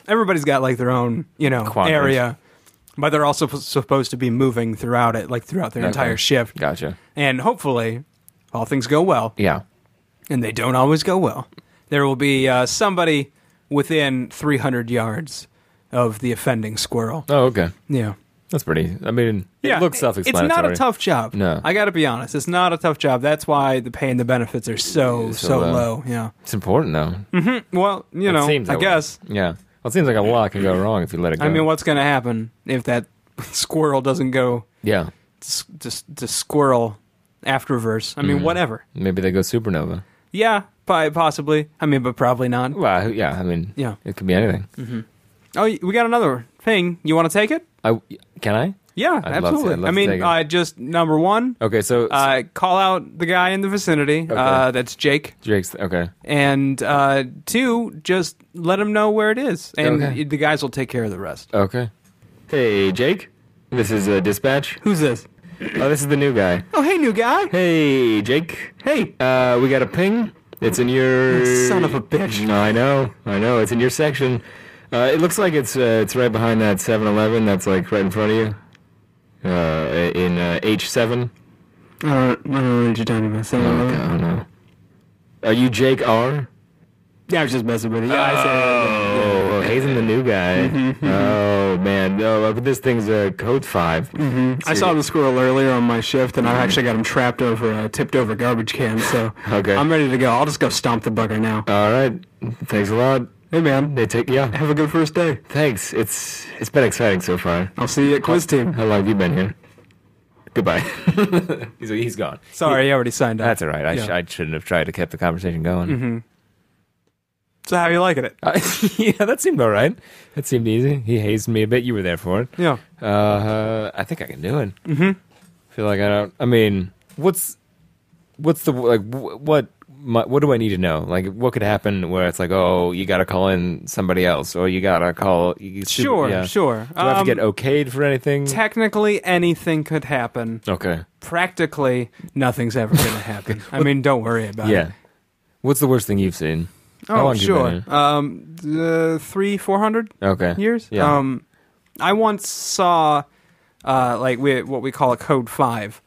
Speaker 1: Everybody's got like their own, you know,
Speaker 2: Quadrant.
Speaker 1: area, but they're also p- supposed to be moving throughout it, like throughout their
Speaker 2: Okay.
Speaker 1: entire shift,
Speaker 2: Gotcha.
Speaker 1: and hopefully, all things go well.
Speaker 2: Yeah.
Speaker 1: and they don't always go well. There will be uh, somebody within 300 yards of the offending squirrel.
Speaker 2: Oh, okay.
Speaker 1: Yeah.
Speaker 2: That's pretty. I mean, it looks
Speaker 1: It's
Speaker 2: self-explanatory.
Speaker 1: not a tough job.
Speaker 2: No.
Speaker 1: I got to be honest. It's not a tough job. That's why the pay and the benefits are so,
Speaker 2: so
Speaker 1: so
Speaker 2: low.
Speaker 1: low. Yeah.
Speaker 2: It's important though.
Speaker 1: Well, you
Speaker 2: It
Speaker 1: know,
Speaker 2: seems
Speaker 1: I
Speaker 2: that way.
Speaker 1: guess.
Speaker 2: Yeah. Well, it seems like a lot can go wrong if you let it go.
Speaker 1: I mean, what's going to happen if that [LAUGHS] squirrel doesn't go
Speaker 2: yeah.
Speaker 1: to, to, to squirrel after verse? I mean,
Speaker 2: Mm.
Speaker 1: whatever.
Speaker 2: Maybe they go supernova.
Speaker 1: Yeah, pi- possibly. I mean, but probably not.
Speaker 2: Well, who- yeah. I mean,
Speaker 1: Yeah.
Speaker 2: it could be anything.
Speaker 1: Oh, y- we got another thing. You want to take it?
Speaker 2: I can I?
Speaker 1: Yeah,
Speaker 2: I'd love to- I'd
Speaker 1: absolutely.
Speaker 2: love
Speaker 1: I
Speaker 2: to
Speaker 1: mean,
Speaker 2: take it.
Speaker 1: uh, just number one,
Speaker 2: Okay, so
Speaker 1: uh, call out the guy in the vicinity. Uh, that's Jake.
Speaker 2: Drake's okay.
Speaker 1: And uh, two, just let him know where it is, and
Speaker 2: Okay.
Speaker 1: the guys will take care of the rest.
Speaker 2: Okay. Hey, Jake. This is uh, dispatch.
Speaker 1: Who's this?
Speaker 2: Oh, this is the new guy.
Speaker 1: Oh, hey, new guy.
Speaker 2: Hey, Jake. Hey. Uh, we got a ping. It's in your
Speaker 1: [LAUGHS] Son of a bitch.
Speaker 2: No, I know. I know. It's in your section. Uh, it looks like it's uh, it's right behind that 7-Eleven. That's like right in front of you. Uh, in uh, H7.
Speaker 1: I
Speaker 3: Uh,
Speaker 1: don't, I don't know what you're talking about. So,
Speaker 2: Oh, God, I don't know. Are you Jake R?
Speaker 1: yeah, I was just messing with you. Yeah,
Speaker 2: Oh, well, Hazen the new
Speaker 3: [LAUGHS]
Speaker 2: guy.
Speaker 3: Mm-hmm,
Speaker 2: Oh man, no, uh, but this thing's a uh, code 5
Speaker 3: Mm-hmm. I saw the squirrel earlier on my shift, and I actually got him trapped over a tipped over garbage can. So
Speaker 2: Okay.
Speaker 3: I'm ready to go. I'll just go stomp the bugger now.
Speaker 2: All right, thanks a lot.
Speaker 3: hey man,
Speaker 2: They take yeah.
Speaker 3: have a good first day.
Speaker 2: Thanks. It's it's been exciting so far.
Speaker 3: I'll see you at quiz team.
Speaker 2: How long have you been here? Goodbye. [LAUGHS] he's he's gone.
Speaker 1: Sorry, you already signed up.
Speaker 2: That's all right. I, sh-
Speaker 1: Yeah.
Speaker 2: I shouldn't have tried to keep the conversation going.
Speaker 3: Mm-hmm.
Speaker 1: so how are you liking it?
Speaker 2: Uh, [LAUGHS] yeah, that seemed all right. That seemed easy. He hazed me a bit. You were there for it.
Speaker 1: Yeah.
Speaker 2: Uh, I think I can do it. Mm-hmm. Feel like I don't. I mean, what's what's the like wh- what my, what do I need to know? Like, what could happen where it's like, oh, you got to call in somebody else, or you got to call. You, super-
Speaker 1: Sure,
Speaker 2: yeah.
Speaker 1: sure.
Speaker 2: Do I have
Speaker 1: Um,
Speaker 2: to get okayed for anything?
Speaker 1: Technically, anything could happen.
Speaker 2: okay.
Speaker 1: Practically, nothing's ever
Speaker 2: [LAUGHS]
Speaker 1: going to happen. I mean, don't worry about it.
Speaker 2: Yeah. What's the worst thing you've seen? How
Speaker 1: Oh,
Speaker 2: long have you been
Speaker 1: sure. Um, uh, three, four hundred
Speaker 2: here? Okay.
Speaker 1: years.
Speaker 2: Yeah.
Speaker 1: Um, I once saw, uh, like we, what we call a code five,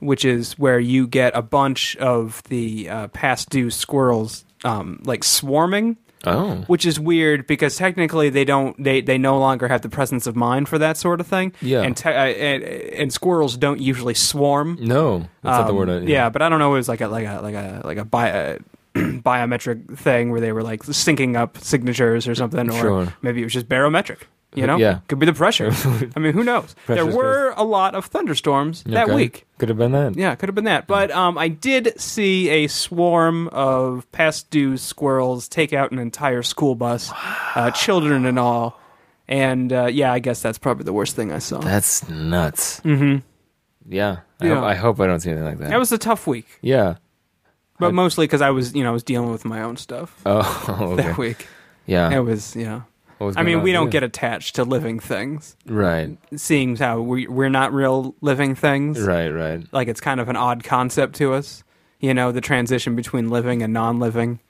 Speaker 1: which is where you get a bunch of the uh, past due squirrels, um, like swarming.
Speaker 2: oh.
Speaker 1: which is weird because technically they don't they, they no longer have the presence of mind for that sort of thing
Speaker 2: Yeah.
Speaker 1: and te- uh, and, and squirrels don't usually swarm
Speaker 2: No, that's not the
Speaker 1: Um,
Speaker 2: word. I,
Speaker 1: yeah. but i don't know it was like a like a like a like a bio, [CLEARS THROAT] biometric thing where they were like syncing up signatures or something or
Speaker 2: Sure.
Speaker 1: maybe it was just barometric you know
Speaker 2: Yeah.
Speaker 1: could be the pressure i mean who
Speaker 2: [LAUGHS]
Speaker 1: knows there
Speaker 2: Pressure's
Speaker 1: were a lot of thunderstorms that
Speaker 2: Okay. Mm-hmm.
Speaker 1: week
Speaker 2: Could have been that.
Speaker 1: yeah, could have been that. But um, I did see a swarm of past due squirrels take out an entire school bus, uh, children and all. And uh, yeah, I guess that's probably the worst thing I saw. That,
Speaker 2: That's nuts. Mm-hmm. Yeah. I,
Speaker 1: Yeah.
Speaker 2: Hope, I hope I don't see anything like that.
Speaker 1: was a tough week,
Speaker 2: yeah.
Speaker 1: but
Speaker 2: I-
Speaker 1: mostly because I was, you know, I was dealing with my own stuff
Speaker 2: Oh, [LAUGHS] okay. Ah.
Speaker 1: that week.
Speaker 2: yeah.
Speaker 1: It was, yeah.
Speaker 2: What was
Speaker 1: I
Speaker 2: going
Speaker 1: mean,
Speaker 2: on
Speaker 1: we
Speaker 2: with
Speaker 1: don't
Speaker 2: you?
Speaker 1: get attached to living things,
Speaker 2: right,
Speaker 1: seeing how we, we're not real living things.
Speaker 2: right, right.
Speaker 1: Like it's kind of an odd concept to us, you know, the transition between living and non-living.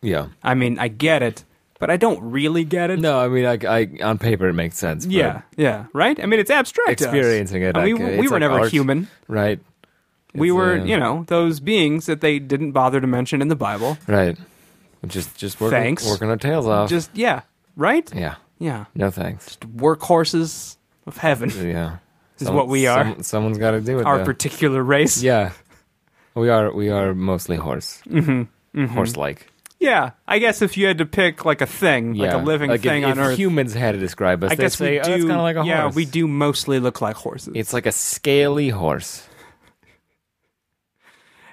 Speaker 2: Yeah.
Speaker 1: I mean, I get it, but I don't really get it.
Speaker 2: No, I mean, like, I on paper it makes sense. but
Speaker 1: Yeah, yeah, right. I mean, it's abstract. to us.
Speaker 2: Experiencing it,
Speaker 1: I mean,
Speaker 2: like,
Speaker 1: we,
Speaker 2: it's
Speaker 1: we were
Speaker 2: like
Speaker 1: never
Speaker 2: art.
Speaker 1: human.
Speaker 2: Right.
Speaker 1: We
Speaker 2: It's,
Speaker 1: were,
Speaker 2: uh,
Speaker 1: you know, those beings that they didn't bother to mention in the Bible.
Speaker 2: Right. Just, just working,
Speaker 1: Thanks.
Speaker 2: working our tails off.
Speaker 1: Just yeah, right?
Speaker 2: yeah.
Speaker 1: Yeah,
Speaker 2: No
Speaker 1: [LAUGHS]
Speaker 2: thanks.
Speaker 1: workhorses of heaven
Speaker 2: Yeah.
Speaker 1: is what we are.
Speaker 2: someone's got to do it.
Speaker 1: our
Speaker 2: though.
Speaker 1: particular race.
Speaker 2: uh, yeah. We are. We are mostly horse. Mm-hmm. Horse-like.
Speaker 1: Yeah, I guess if you had to pick like a thing, like
Speaker 2: yeah.
Speaker 1: a living
Speaker 2: Like, if-
Speaker 1: thing
Speaker 2: if,
Speaker 1: on Earth,
Speaker 2: Humans had to describe us.
Speaker 1: I
Speaker 2: they'd
Speaker 1: guess
Speaker 2: say,
Speaker 1: we
Speaker 2: "Oh,
Speaker 1: do.
Speaker 2: that's kind of like a
Speaker 1: yeah,
Speaker 2: horse.
Speaker 1: we do mostly look like horses.
Speaker 2: It's like a scaly horse.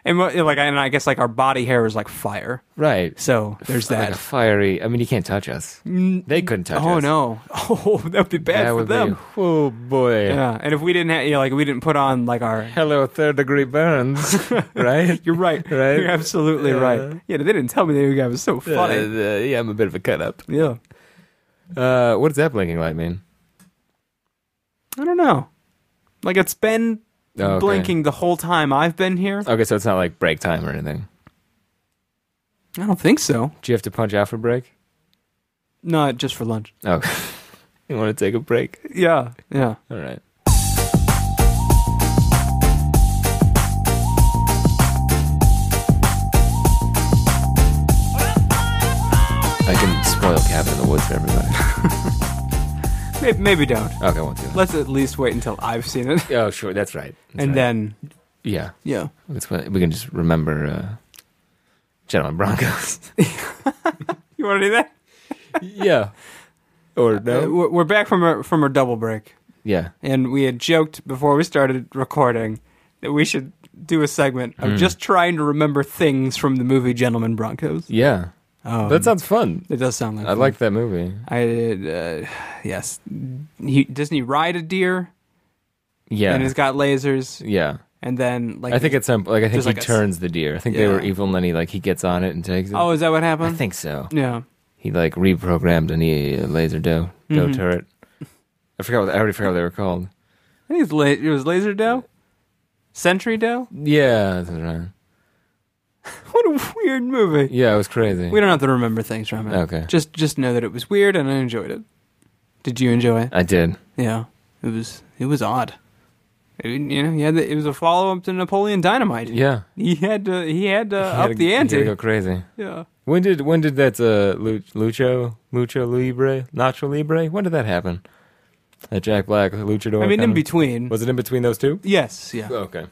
Speaker 1: and what- like, and I guess like our body hair is like fire.
Speaker 2: Right.
Speaker 1: So there's
Speaker 2: Like
Speaker 1: that. Mm-hmm.
Speaker 2: a fiery. I mean, you can't touch us.
Speaker 1: [LAUGHS]
Speaker 2: They couldn't touch us.
Speaker 1: Oh no! [LAUGHS] Oh, that would be bad
Speaker 2: That
Speaker 1: for
Speaker 2: would be-
Speaker 1: them.
Speaker 2: oh boy.
Speaker 1: Yeah, and if we didn't have, you know, like we didn't put on like our.
Speaker 2: Hello, third degree burns.
Speaker 1: [LAUGHS]
Speaker 2: right? [LAUGHS]
Speaker 1: You're right.
Speaker 2: Right?
Speaker 1: You're absolutely
Speaker 2: Yeah.
Speaker 1: right. Yeah, they didn't tell me that you guys was so funny.
Speaker 2: Uh, uh, yeah, I'm a bit of a cut up.
Speaker 1: yeah,
Speaker 2: Uh, what does that blinking light mean?
Speaker 1: I don't know. Like it's been
Speaker 2: Oh, okay.
Speaker 1: blinking the whole time I've been here.
Speaker 2: Okay, so it's not like break time or anything.
Speaker 1: I don't think so.
Speaker 2: Do you have to punch out for break?
Speaker 1: No, just for lunch.
Speaker 2: Oh, [LAUGHS] you want to take a break?
Speaker 1: Yeah, yeah.
Speaker 2: All right. I can spoil Cabin in the Woods for everybody.
Speaker 1: Maybe, maybe don't.
Speaker 2: Okay, I won't do that.
Speaker 1: Let's at least wait until I've seen it,
Speaker 2: Oh, sure, that's right.
Speaker 1: [LAUGHS]
Speaker 2: That's
Speaker 1: and uh,
Speaker 2: right.
Speaker 1: then
Speaker 2: yeah,
Speaker 1: yeah.
Speaker 2: that's when we can just remember uh,
Speaker 1: [LAUGHS]
Speaker 2: Gentleman Broncos.
Speaker 1: You want to do that?
Speaker 2: yeah, or
Speaker 1: Uh, we're we're back from our from our double break,
Speaker 2: Yeah,
Speaker 1: and we had joked before we started recording that we should do a segment of
Speaker 2: Hmm.
Speaker 1: just trying to remember things from the movie Gentlemen Broncos.
Speaker 2: yeah.
Speaker 1: Um, mm-hmm.
Speaker 2: that sounds fun.
Speaker 1: It does sound like
Speaker 2: I
Speaker 1: fun.
Speaker 2: like that movie.
Speaker 1: I uh, yes. He doesn't he ride a deer
Speaker 2: Yeah,
Speaker 1: and he's got lasers
Speaker 2: yeah.
Speaker 1: and then like
Speaker 2: I think at some like I think
Speaker 1: There's
Speaker 2: he
Speaker 1: like a s-
Speaker 2: turns the deer. I think they
Speaker 1: Yeah.
Speaker 2: were evil, and then he like he gets on it and takes it.
Speaker 1: oh is that what
Speaker 2: I
Speaker 1: happened?
Speaker 2: think so.
Speaker 1: yeah.
Speaker 2: He like reprogrammed a new laser doe doe
Speaker 1: Mhm.
Speaker 2: turret. I forgot. What, I already forgot what they were called.
Speaker 1: I think it was, la- it was laser dough, sentry dough.
Speaker 2: Yeah, that's right.
Speaker 1: What a weird movie.
Speaker 2: Yeah, it was crazy.
Speaker 1: We don't have to remember things from it.
Speaker 2: Okay.
Speaker 1: Just just know that it was weird and I enjoyed it. Did you enjoy it?
Speaker 2: I did.
Speaker 1: Yeah. It was it was odd. It, you know, he had the, it was a follow up to Napoleon Dynamite.
Speaker 2: Yeah.
Speaker 1: He had to he had to
Speaker 2: [LAUGHS] He
Speaker 1: Uh, up
Speaker 2: had to-
Speaker 1: the
Speaker 2: he had to
Speaker 1: ante.
Speaker 2: Go crazy.
Speaker 1: Yeah.
Speaker 2: When did when did that uh, Lu- Lucho Lucho Libre Nacho Libre? When did that happen? That Jack Black Luchador.
Speaker 1: I mean, in
Speaker 2: kinda-
Speaker 1: between.
Speaker 2: Was it in between those two?
Speaker 1: yes. Yeah.
Speaker 2: Okay.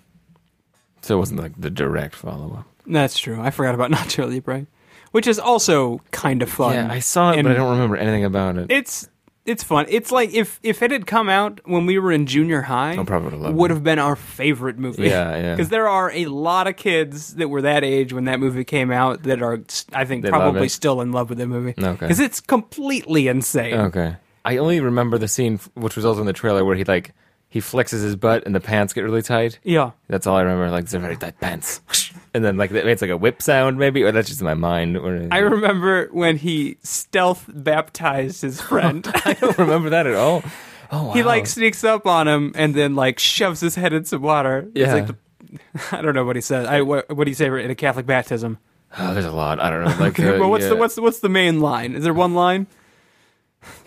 Speaker 2: So it wasn't like the direct follow up.
Speaker 1: That's true. I forgot about [LAUGHS] Nacho Libre, which is also kind of fun.
Speaker 2: Yeah, I saw it,
Speaker 1: And-
Speaker 2: but I don't remember anything about it.
Speaker 1: It's it's fun. It's like if if it had come out when we were in junior high,
Speaker 2: I probably would've loved
Speaker 1: would
Speaker 2: it.
Speaker 1: have been our favorite movie. [LAUGHS]
Speaker 2: Yeah, yeah.
Speaker 1: Because there are a lot of kids that were that age when that movie came out that are s- I think
Speaker 2: They love
Speaker 1: probably
Speaker 2: it.
Speaker 1: still in love with the movie.
Speaker 2: Okay.
Speaker 1: Because it's completely insane.
Speaker 2: Okay. I only remember the scene f- which was also in the trailer where he like he flexes his butt and the pants get really tight.
Speaker 1: Yeah.
Speaker 2: That's all I remember. Like they're very tight pants, [LAUGHS] and then like it makes like a whip sound maybe, or that's just in my mind. Or
Speaker 1: [LAUGHS] I remember when he stealth baptized
Speaker 2: [LAUGHS]
Speaker 1: his friend. [LAUGHS]
Speaker 2: don't remember that at all. Oh, wow.
Speaker 1: he like sneaks up on him and then like shoves his head in some water. It's
Speaker 2: Yeah.
Speaker 1: like the- I don't know what he says. I what, what do you say in a Catholic baptism?
Speaker 2: Oh, there's a lot. I don't know. Like, uh,
Speaker 1: well, what's
Speaker 2: yeah.
Speaker 1: the what's the, what's the main line? Is there one line? [LAUGHS]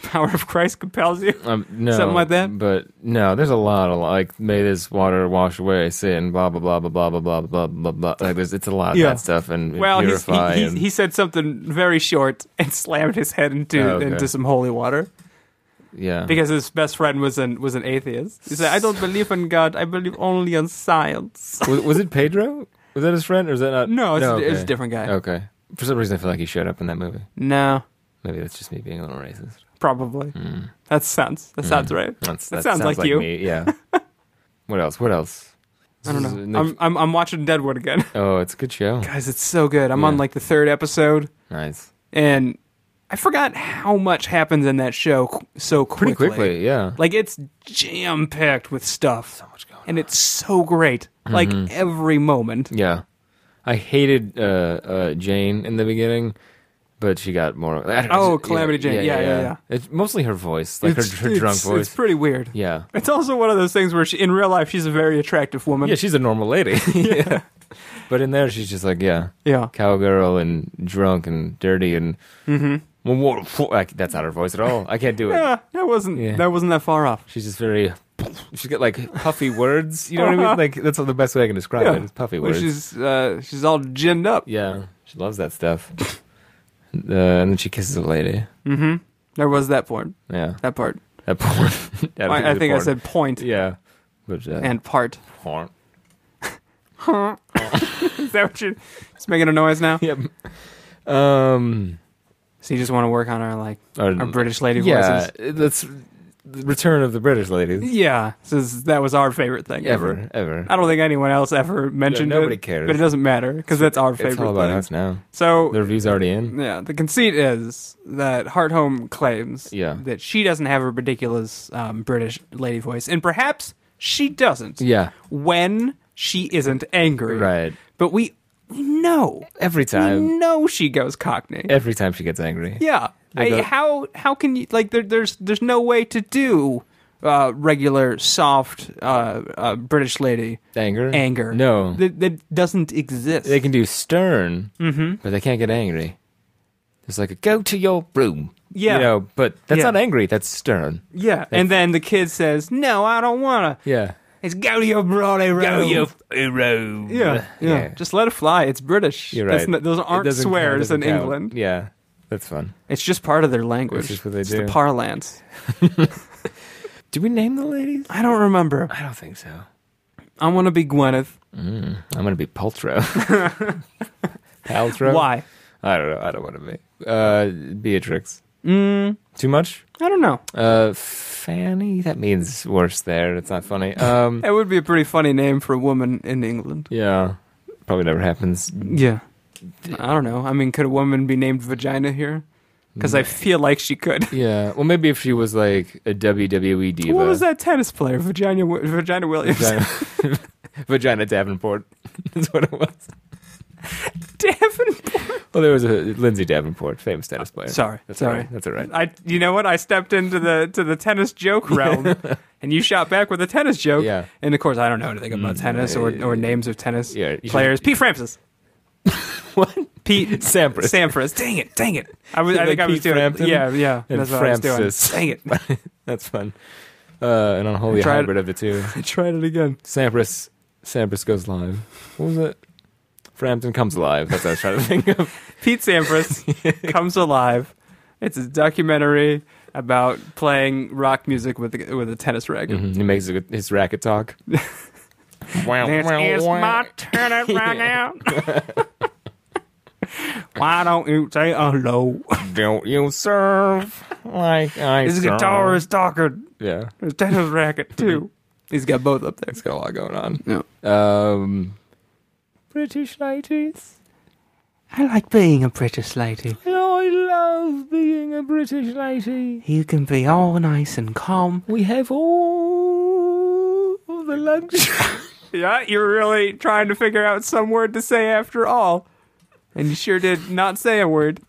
Speaker 1: Power of Christ compels you.
Speaker 2: Um, no,
Speaker 1: Something like that?
Speaker 2: But no, there's a lot. A lot. Like, may this water wash away sin. Blah blah blah blah blah blah blah blah blah blah. Like, there's it's a lot of
Speaker 1: Yeah.
Speaker 2: that stuff and
Speaker 1: Well, he's, he,
Speaker 2: purify.
Speaker 1: he,
Speaker 2: and,
Speaker 1: he said something very short and [LAUGHS] slammed his head into
Speaker 2: Oh, okay.
Speaker 1: into some holy water
Speaker 2: yeah.
Speaker 1: because his best friend was an was an atheist. He said, "I don't believe in God. I believe only in science." [LAUGHS]
Speaker 2: was, was it Pedro? Was that his friend, or is that not?
Speaker 1: No, it's, a, it's
Speaker 2: okay.
Speaker 1: a different guy.
Speaker 2: Okay. For some reason, I feel like he showed up in that movie.
Speaker 1: No,
Speaker 2: Maybe that's just me being a little racist.
Speaker 1: probably.
Speaker 2: Mm.
Speaker 1: That sounds that sounds right.
Speaker 2: That's,
Speaker 1: That sounds like you. [LAUGHS]
Speaker 2: me. Yeah. what else? What else?
Speaker 1: I don't
Speaker 2: This is-
Speaker 1: know. I'm, I'm I'm watching Deadwood again, [LAUGHS]
Speaker 2: oh, it's a good show.
Speaker 1: guys. It's so good. I'm on
Speaker 2: Yeah.
Speaker 1: like the third episode,
Speaker 2: Nice.
Speaker 1: and I forgot how much happens in that show qu- so
Speaker 2: Pretty
Speaker 1: quickly.
Speaker 2: quickly, yeah.
Speaker 1: Like it's jam packed with stuff,
Speaker 2: much going
Speaker 1: and it's so great. Like
Speaker 2: Mm-hmm.
Speaker 1: every moment.
Speaker 2: Yeah, I hated uh, uh, Jane in the beginning, but she got more. I don't
Speaker 1: Oh,
Speaker 2: yeah,
Speaker 1: Calamity Jane. Yeah, yeah, yeah.
Speaker 2: It's mostly her voice, like her,
Speaker 1: It's-
Speaker 2: her drunk
Speaker 1: it's-
Speaker 2: voice.
Speaker 1: It's pretty weird.
Speaker 2: yeah,
Speaker 1: It's also one of those things where she, in real life she's a very attractive woman.
Speaker 2: yeah. She's a
Speaker 1: [LAUGHS]
Speaker 2: normal lady. [LAUGHS] yeah, but in there, she's just like yeah,
Speaker 1: yeah.
Speaker 2: cowgirl and drunk and dirty and.
Speaker 1: Mm-hmm.
Speaker 2: Well, whoa, whoa, like, that's not her voice at all. I can't do
Speaker 1: [LAUGHS]
Speaker 2: it.
Speaker 1: Yeah, that wasn't
Speaker 2: Yeah.
Speaker 1: that wasn't that far off.
Speaker 2: She's just very. She's got like puffy words. You know what I
Speaker 1: Uh-huh. [LAUGHS]
Speaker 2: mean? Like that's the best way I can describe
Speaker 1: Yeah.
Speaker 2: it. It's puffy
Speaker 1: Well,
Speaker 2: words.
Speaker 1: she's uh, she's all ginned up.
Speaker 2: Yeah, she loves that stuff. uh, and then she kisses a lady.
Speaker 1: Mm-hmm. There was that part.
Speaker 2: Yeah.
Speaker 1: That part.
Speaker 2: That [LAUGHS] porn. Yeah,
Speaker 1: I, I
Speaker 2: it was
Speaker 1: think I
Speaker 2: porn.
Speaker 1: said point
Speaker 2: Yeah. But, uh,
Speaker 1: and part. [LAUGHS]
Speaker 2: porn. [LAUGHS]
Speaker 1: Is that what you? It's making a noise
Speaker 2: [LAUGHS]
Speaker 1: now.
Speaker 2: Yep. Um.
Speaker 1: So you just want to work on our like
Speaker 2: Or,
Speaker 1: our British lady
Speaker 2: yeah.
Speaker 1: voices.
Speaker 2: That's the return of the British ladies.
Speaker 1: Yeah, since that was our favorite thing
Speaker 2: Ever, ever.
Speaker 1: I don't think anyone else ever mentioned
Speaker 2: nobody
Speaker 1: it.
Speaker 2: cares.
Speaker 1: but it doesn't matter because that's our favorite
Speaker 2: It's all about
Speaker 1: thing.
Speaker 2: us now.
Speaker 1: So
Speaker 2: The review's already in.
Speaker 1: yeah, the conceit is that Hartholm claims
Speaker 2: Yeah.
Speaker 1: that she doesn't have a ridiculous um, British lady voice, and perhaps she doesn't
Speaker 2: Yeah.
Speaker 1: when she isn't angry.
Speaker 2: Right.
Speaker 1: But we we know
Speaker 2: Every
Speaker 1: we
Speaker 2: time.
Speaker 1: know she goes Cockney.
Speaker 2: Every time she gets angry.
Speaker 1: Yeah.
Speaker 2: Like
Speaker 1: I,
Speaker 2: a-
Speaker 1: how how can you like there, there's there's no way to do uh, regular soft uh, uh, British lady
Speaker 2: Anger.
Speaker 1: anger.
Speaker 2: No. They,
Speaker 1: that, that doesn't exist.
Speaker 2: can do stern,
Speaker 1: Mm-hmm.
Speaker 2: but they can't get angry. It's like a go to your room.
Speaker 1: Yeah.
Speaker 2: You know, but that's
Speaker 1: Yeah.
Speaker 2: not angry. That's stern.
Speaker 1: yeah, and then the kid says, "No, I don't wanna."
Speaker 2: Yeah.
Speaker 1: It's go to your Broadway room.
Speaker 2: room.
Speaker 1: Oh. yeah, yeah,
Speaker 2: Yeah.
Speaker 1: Just let it fly. It's British.
Speaker 2: You're
Speaker 1: That's
Speaker 2: right.
Speaker 1: not- those
Speaker 2: It
Speaker 1: aren't
Speaker 2: doesn't count,
Speaker 1: swears
Speaker 2: doesn't
Speaker 1: in
Speaker 2: count.
Speaker 1: England.
Speaker 2: Yeah. That's fun.
Speaker 1: It's just part of their language.
Speaker 2: It's just what they
Speaker 1: it's
Speaker 2: do.
Speaker 1: the parlance.
Speaker 2: Did we name the ladies?
Speaker 1: I don't remember.
Speaker 2: I don't think so.
Speaker 1: I want to be Gwyneth.
Speaker 2: Mm, I'm gonna
Speaker 1: [LAUGHS]
Speaker 2: be Paltrow. Paltrow.
Speaker 1: Why?
Speaker 2: I don't know. I don't want to be uh, Beatrix.
Speaker 1: Mm,
Speaker 2: Too much.
Speaker 1: I don't know.
Speaker 2: Uh, Fanny. That means worse. There. It's not funny.
Speaker 1: [LAUGHS]
Speaker 2: Um.
Speaker 1: It would be a pretty funny name for a woman in England.
Speaker 2: yeah. Probably never happens.
Speaker 1: Yeah. I don't know. I mean, could a woman be named Vagina here? Because
Speaker 2: Mm.
Speaker 1: I feel like she could.
Speaker 2: [LAUGHS] Yeah. Well, maybe if she was like a WWE diva.
Speaker 1: What was that tennis player, Vagina Wi- Vagina Williams?
Speaker 2: [LAUGHS] Vagina, Vagina Davenport. [LAUGHS] That's what it was.
Speaker 1: Davenport.
Speaker 2: Well, there was a Lindsay Davenport, famous tennis
Speaker 1: [LAUGHS]
Speaker 2: player.
Speaker 1: Sorry,
Speaker 2: That's all
Speaker 1: sorry.
Speaker 2: right. That's all right.
Speaker 1: I, you know what? I stepped into the to the tennis joke
Speaker 2: [LAUGHS]
Speaker 1: realm, and you shot back with a tennis joke.
Speaker 2: Yeah.
Speaker 1: And of course, I don't know anything about
Speaker 2: Mm,
Speaker 1: tennis or,
Speaker 2: yeah,
Speaker 1: or
Speaker 2: yeah.
Speaker 1: names of tennis
Speaker 2: Yeah, you should-
Speaker 1: players. Pete Francis.
Speaker 2: [LAUGHS] What?
Speaker 1: Pete
Speaker 2: [LAUGHS] Sampras.
Speaker 1: Sampras. Dang it! Dang it! I was. I
Speaker 2: Like
Speaker 1: think I was
Speaker 2: Pete
Speaker 1: doing.
Speaker 2: Frampton
Speaker 1: Yeah, yeah.
Speaker 2: and
Speaker 1: That's what I was doing.
Speaker 2: Francis.
Speaker 1: Dang
Speaker 2: [LAUGHS]
Speaker 1: it!
Speaker 2: That's fun. Uh, an unholy
Speaker 1: Tried-
Speaker 2: hybrid of the two.
Speaker 1: I tried it again.
Speaker 2: Sampras Sampras goes live. What was it? Frampton comes alive. That's what I was trying to [LAUGHS] think of.
Speaker 1: Pete Sampras comes alive. It's a documentary about playing rock music with a- with a tennis racket.
Speaker 2: Mhm. He makes it with his racket [LAUGHS] talk. wow,
Speaker 1: This is my [LAUGHS] tennis racket. Why don't you say hello?
Speaker 2: Don't you serve like I
Speaker 1: His
Speaker 2: serve?
Speaker 1: guitar is talking.
Speaker 2: Yeah,
Speaker 1: His tennis racket too. [LAUGHS] He's got both up there.
Speaker 2: it's got a lot going on.
Speaker 1: No.
Speaker 2: Um, British ladies.
Speaker 1: I like being a British lady.
Speaker 2: I love being a British lady.
Speaker 1: You can be all nice and calm.
Speaker 2: We have all the luxury.
Speaker 1: Yeah, you're really trying to figure out some word to say after all. And you sure did not say a word.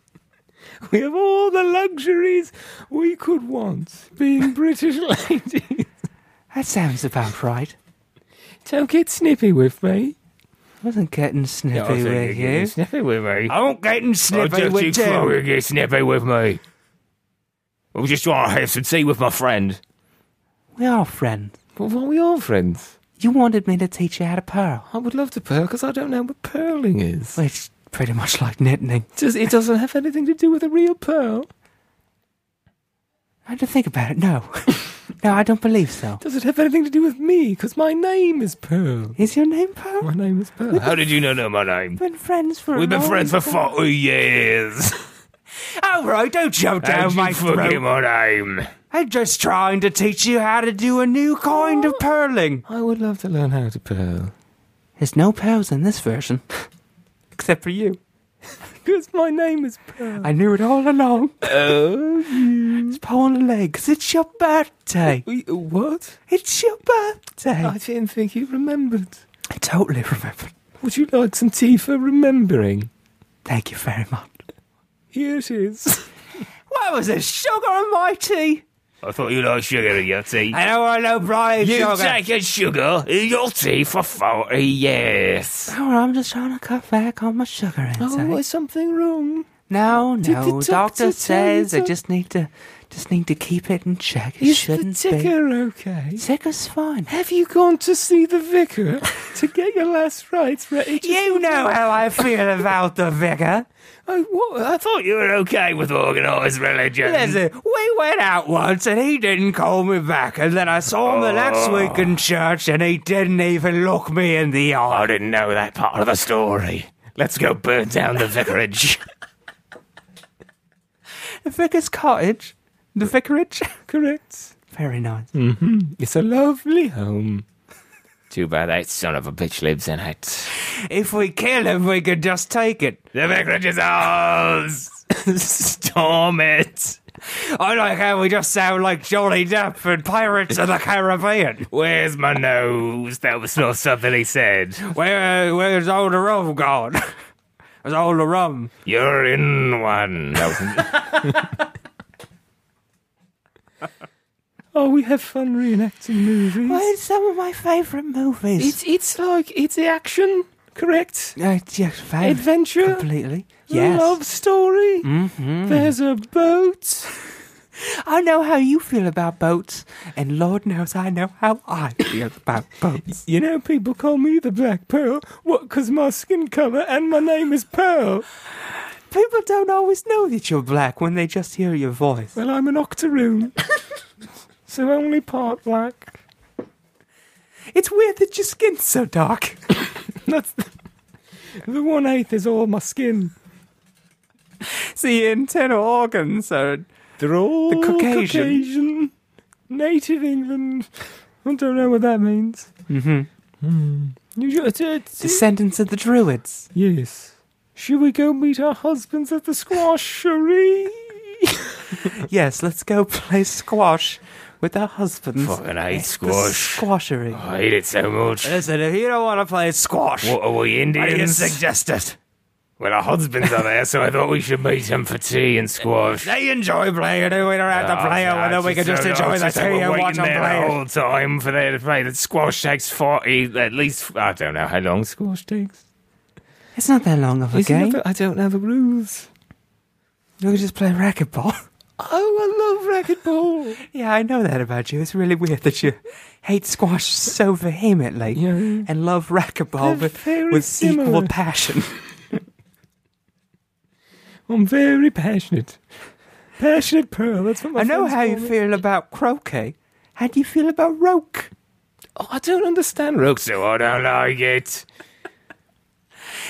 Speaker 2: We have all the luxuries we could want being British ladies.
Speaker 1: That sounds about right.
Speaker 2: Don't get snippy with me.
Speaker 1: Wasn't getting snippy
Speaker 2: snippy with me.
Speaker 1: I won't getting snippy with you.
Speaker 2: get snippy with me. I'm just trying to have some tea with my friend.
Speaker 1: We are friends.
Speaker 2: Well, well, we are friends.
Speaker 1: You wanted me to teach you how to purl,
Speaker 2: I would love to pearl because I don't know what pearling is.
Speaker 1: which is pretty much like knitting.
Speaker 2: Does, it doesn't have anything to do with a real pearl.
Speaker 1: I had to think about it. No, [LAUGHS] no, I don't believe so.
Speaker 2: Does it have anything to do with me? Because my name is Pearl.
Speaker 1: Is your name Pearl?
Speaker 2: My name is Pearl. How did you not know my name?
Speaker 1: We've been friends for. a
Speaker 2: We've been
Speaker 1: long
Speaker 2: friends for
Speaker 1: time. [LAUGHS]
Speaker 2: 40 years.
Speaker 1: All right, don't jump down my throat.
Speaker 2: my name?
Speaker 1: I'm just trying to teach you how to do a new kind of purling.
Speaker 2: I would love to learn how to pearl.
Speaker 1: There's no pearls in this version, except for you.
Speaker 2: Because my name is Pearl.
Speaker 1: I knew it all along.
Speaker 2: Oh, you.
Speaker 1: It's pulling legs. It's your birthday.
Speaker 2: We- What?
Speaker 1: It's your birthday.
Speaker 2: I didn't think you remembered.
Speaker 1: I totally remember.
Speaker 2: Would you like some tea for remembering?
Speaker 1: Thank you very much.
Speaker 2: Here it is.
Speaker 1: Why was there sugar in my tea?
Speaker 4: I thought you liked sugar in your tea.
Speaker 1: I don't want no brine
Speaker 4: You
Speaker 1: sugar.
Speaker 4: taken sugar in your tea for 40 years.
Speaker 1: Oh, I'm just trying to cut back on my sugar intake.
Speaker 2: Oh, is something wrong?
Speaker 1: no, no.
Speaker 2: the
Speaker 1: Doctor,
Speaker 2: doctor tell
Speaker 1: says
Speaker 2: you
Speaker 1: I
Speaker 2: to-
Speaker 1: just need to, just need to keep it in check. It
Speaker 2: Is the
Speaker 1: shouldn't
Speaker 2: ticker [LAUGHS] okay?
Speaker 1: be. Ticker's fine.
Speaker 2: Have you gone to see the vicar to get your last rites ready?
Speaker 1: You know how I feel about the vicar.
Speaker 2: I, Oh, what? I thought you were okay with organised religion.
Speaker 1: Listen, we went out once and he didn't call me back, and then I saw him the
Speaker 4: Oh.
Speaker 1: next week in church and he didn't even look me in the eye.
Speaker 4: I didn't know that part of the story. Let's go burn down the vicarage.
Speaker 1: The vicar's cottage. The vicarage? [LAUGHS]
Speaker 2: Correct.
Speaker 1: Very nice.
Speaker 4: Hmm.
Speaker 2: It's a lovely home.
Speaker 4: Too bad that son of a bitch lives in it.
Speaker 1: If we kill him, we can just take it.
Speaker 4: The vicarage
Speaker 1: [LAUGHS]
Speaker 4: is ours! Storm it!
Speaker 1: I like how we just sound like Johnny Depp and Pirates of the Caribbean.
Speaker 4: Where's my nose? That was not something he said.
Speaker 1: Where, where's all the rum gone? [LAUGHS] There's all the [LAUGHS] rum.
Speaker 4: You're in one. That was
Speaker 2: Oh, we have fun reenacting movies.
Speaker 1: it's some of my favourite movies.
Speaker 2: It's it's like it's action, correct?
Speaker 1: yes, favourite.
Speaker 2: Adventure,
Speaker 1: uh, Completely.
Speaker 2: love story. There's a boat.
Speaker 1: I know how you feel about boats, and Lord knows I know how I feel about boats.
Speaker 2: You know, people call me the Black Pearl. What? Cause my skin color and my name is Pearl.
Speaker 1: People don't always know that you're black when they just hear your voice.
Speaker 4: Well, I'm an [LAUGHS] octoroon. so only part black.
Speaker 1: It's weird that your skin's so dark.
Speaker 4: That's the, the one eighth is all my skin.
Speaker 1: See, internal organs are.
Speaker 4: They're all
Speaker 1: The Caucasian.
Speaker 4: Caucasian. Native England. I don't know what that means.
Speaker 1: Mm-hmm.
Speaker 4: You ju- it's- it's-
Speaker 1: Descendants of the Druids.
Speaker 4: yes. Should we go meet our husbands at the squashery?
Speaker 1: Yes, let's go play squash with our husbands.
Speaker 4: Fucking hate
Speaker 1: The squashery.
Speaker 4: I hate it so much.
Speaker 1: Listen, if you don't want to play squash,
Speaker 4: What are we Indians?
Speaker 1: suggest it?
Speaker 4: well, our husbands are there, so I thought we should meet them for tea and squash. Ah,
Speaker 1: They enjoy playing it. We don't have to play it. Well, then we can just enjoy the tea and watch them play it.
Speaker 4: all time for there to play. The squash takes forty, at least. I don't know how long squash takes.
Speaker 1: It's not that long of a
Speaker 4: Isn't
Speaker 1: game.
Speaker 4: it the- I don't know the rules.
Speaker 1: You can just play racquetball. [LAUGHS]
Speaker 4: Oh, I love racquetball.
Speaker 1: Yeah, I know that about you. It's really weird that you hate squash so vehemently
Speaker 4: [LAUGHS] Yeah.
Speaker 1: and love racquetball
Speaker 4: They're
Speaker 1: with,
Speaker 4: very
Speaker 1: with equal
Speaker 4: similar.
Speaker 1: passion.
Speaker 4: I'm very passionate. Passionate Pearl, that's what my
Speaker 1: I know
Speaker 4: friends
Speaker 1: how you
Speaker 4: call me.
Speaker 1: feel about croquet. How do you feel about roke?
Speaker 4: Oh, I don't understand rook, so I don't like it.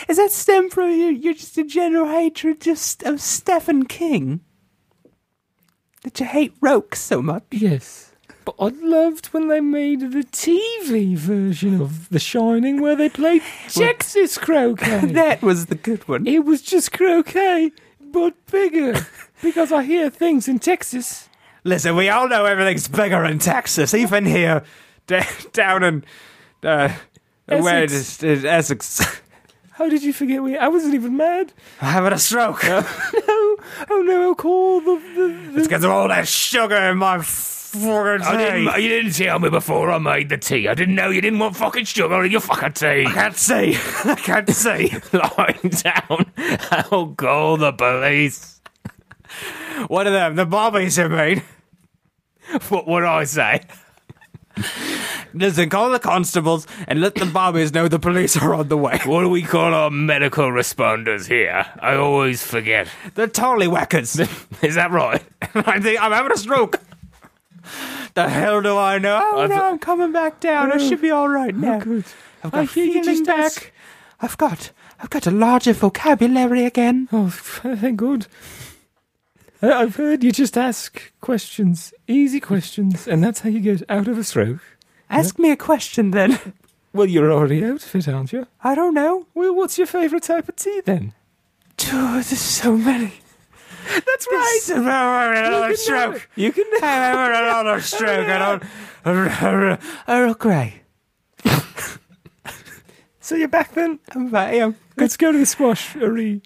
Speaker 1: Is that stem from your, your just a general hatred just of Stephen King? That you hate roke so much?
Speaker 4: Yes. But I loved when they made the TV version of The Shining where they played Texas Croquet.
Speaker 1: that was the good one.
Speaker 4: it was just croquet, but bigger. Because I hear things in Texas.
Speaker 1: Listen, we all know everything's bigger in Texas, even here, [LAUGHS] d- down in uh, where it is,
Speaker 4: Essex.
Speaker 1: is Essex.
Speaker 4: How did you forget we? I wasn't even mad.
Speaker 1: I'm having a [LAUGHS] stroke.
Speaker 4: No, oh no, I'll call the. the, the
Speaker 1: It's because of all that sugar in my fucking
Speaker 4: I didn't,
Speaker 1: tea.
Speaker 4: you didn't tell me before I made the tea. I didn't know you didn't want fucking sugar in your fucking tea.
Speaker 1: I can't see. I can't see.
Speaker 4: Lying down, I'll call the police.
Speaker 1: One of them, the bobbies, I mean.
Speaker 4: [LAUGHS] What would I say?
Speaker 1: [LAUGHS] Listen, call the constables and let the bobbies know the police are on the way.
Speaker 4: What do we call our medical responders here? I always forget.
Speaker 1: They're tallywhackers.
Speaker 4: [LAUGHS] Is that right? [LAUGHS]
Speaker 1: I think I'm having a stroke. [LAUGHS] The hell do I know? [LAUGHS] Oh
Speaker 4: I've- Oh,
Speaker 1: no, I'm coming back down. I should be all right now.
Speaker 4: good.
Speaker 1: I've
Speaker 4: I
Speaker 1: got
Speaker 4: hear you
Speaker 1: feeling
Speaker 4: just
Speaker 1: back.
Speaker 4: ask-
Speaker 1: I've got I've got a larger vocabulary again.
Speaker 4: Oh, [LAUGHS] thank God. I- I've heard you just ask questions, easy questions, and that's how you get out of a stroke.
Speaker 1: Ask me a question then. [LAUGHS]
Speaker 4: Well, you're already out of it, aren't you?
Speaker 1: I don't know.
Speaker 4: Well, what's your favourite type of tea then?
Speaker 1: Dude, there's so many.
Speaker 4: That's
Speaker 1: There's- I'm having another
Speaker 4: You can know.
Speaker 1: stroke.
Speaker 4: You can
Speaker 1: [LAUGHS] I'm having another stroke. I don't. Earl Grey.
Speaker 4: [LAUGHS] So you're back then?
Speaker 1: I'm back. yeah.
Speaker 4: Let's go to the squash arena.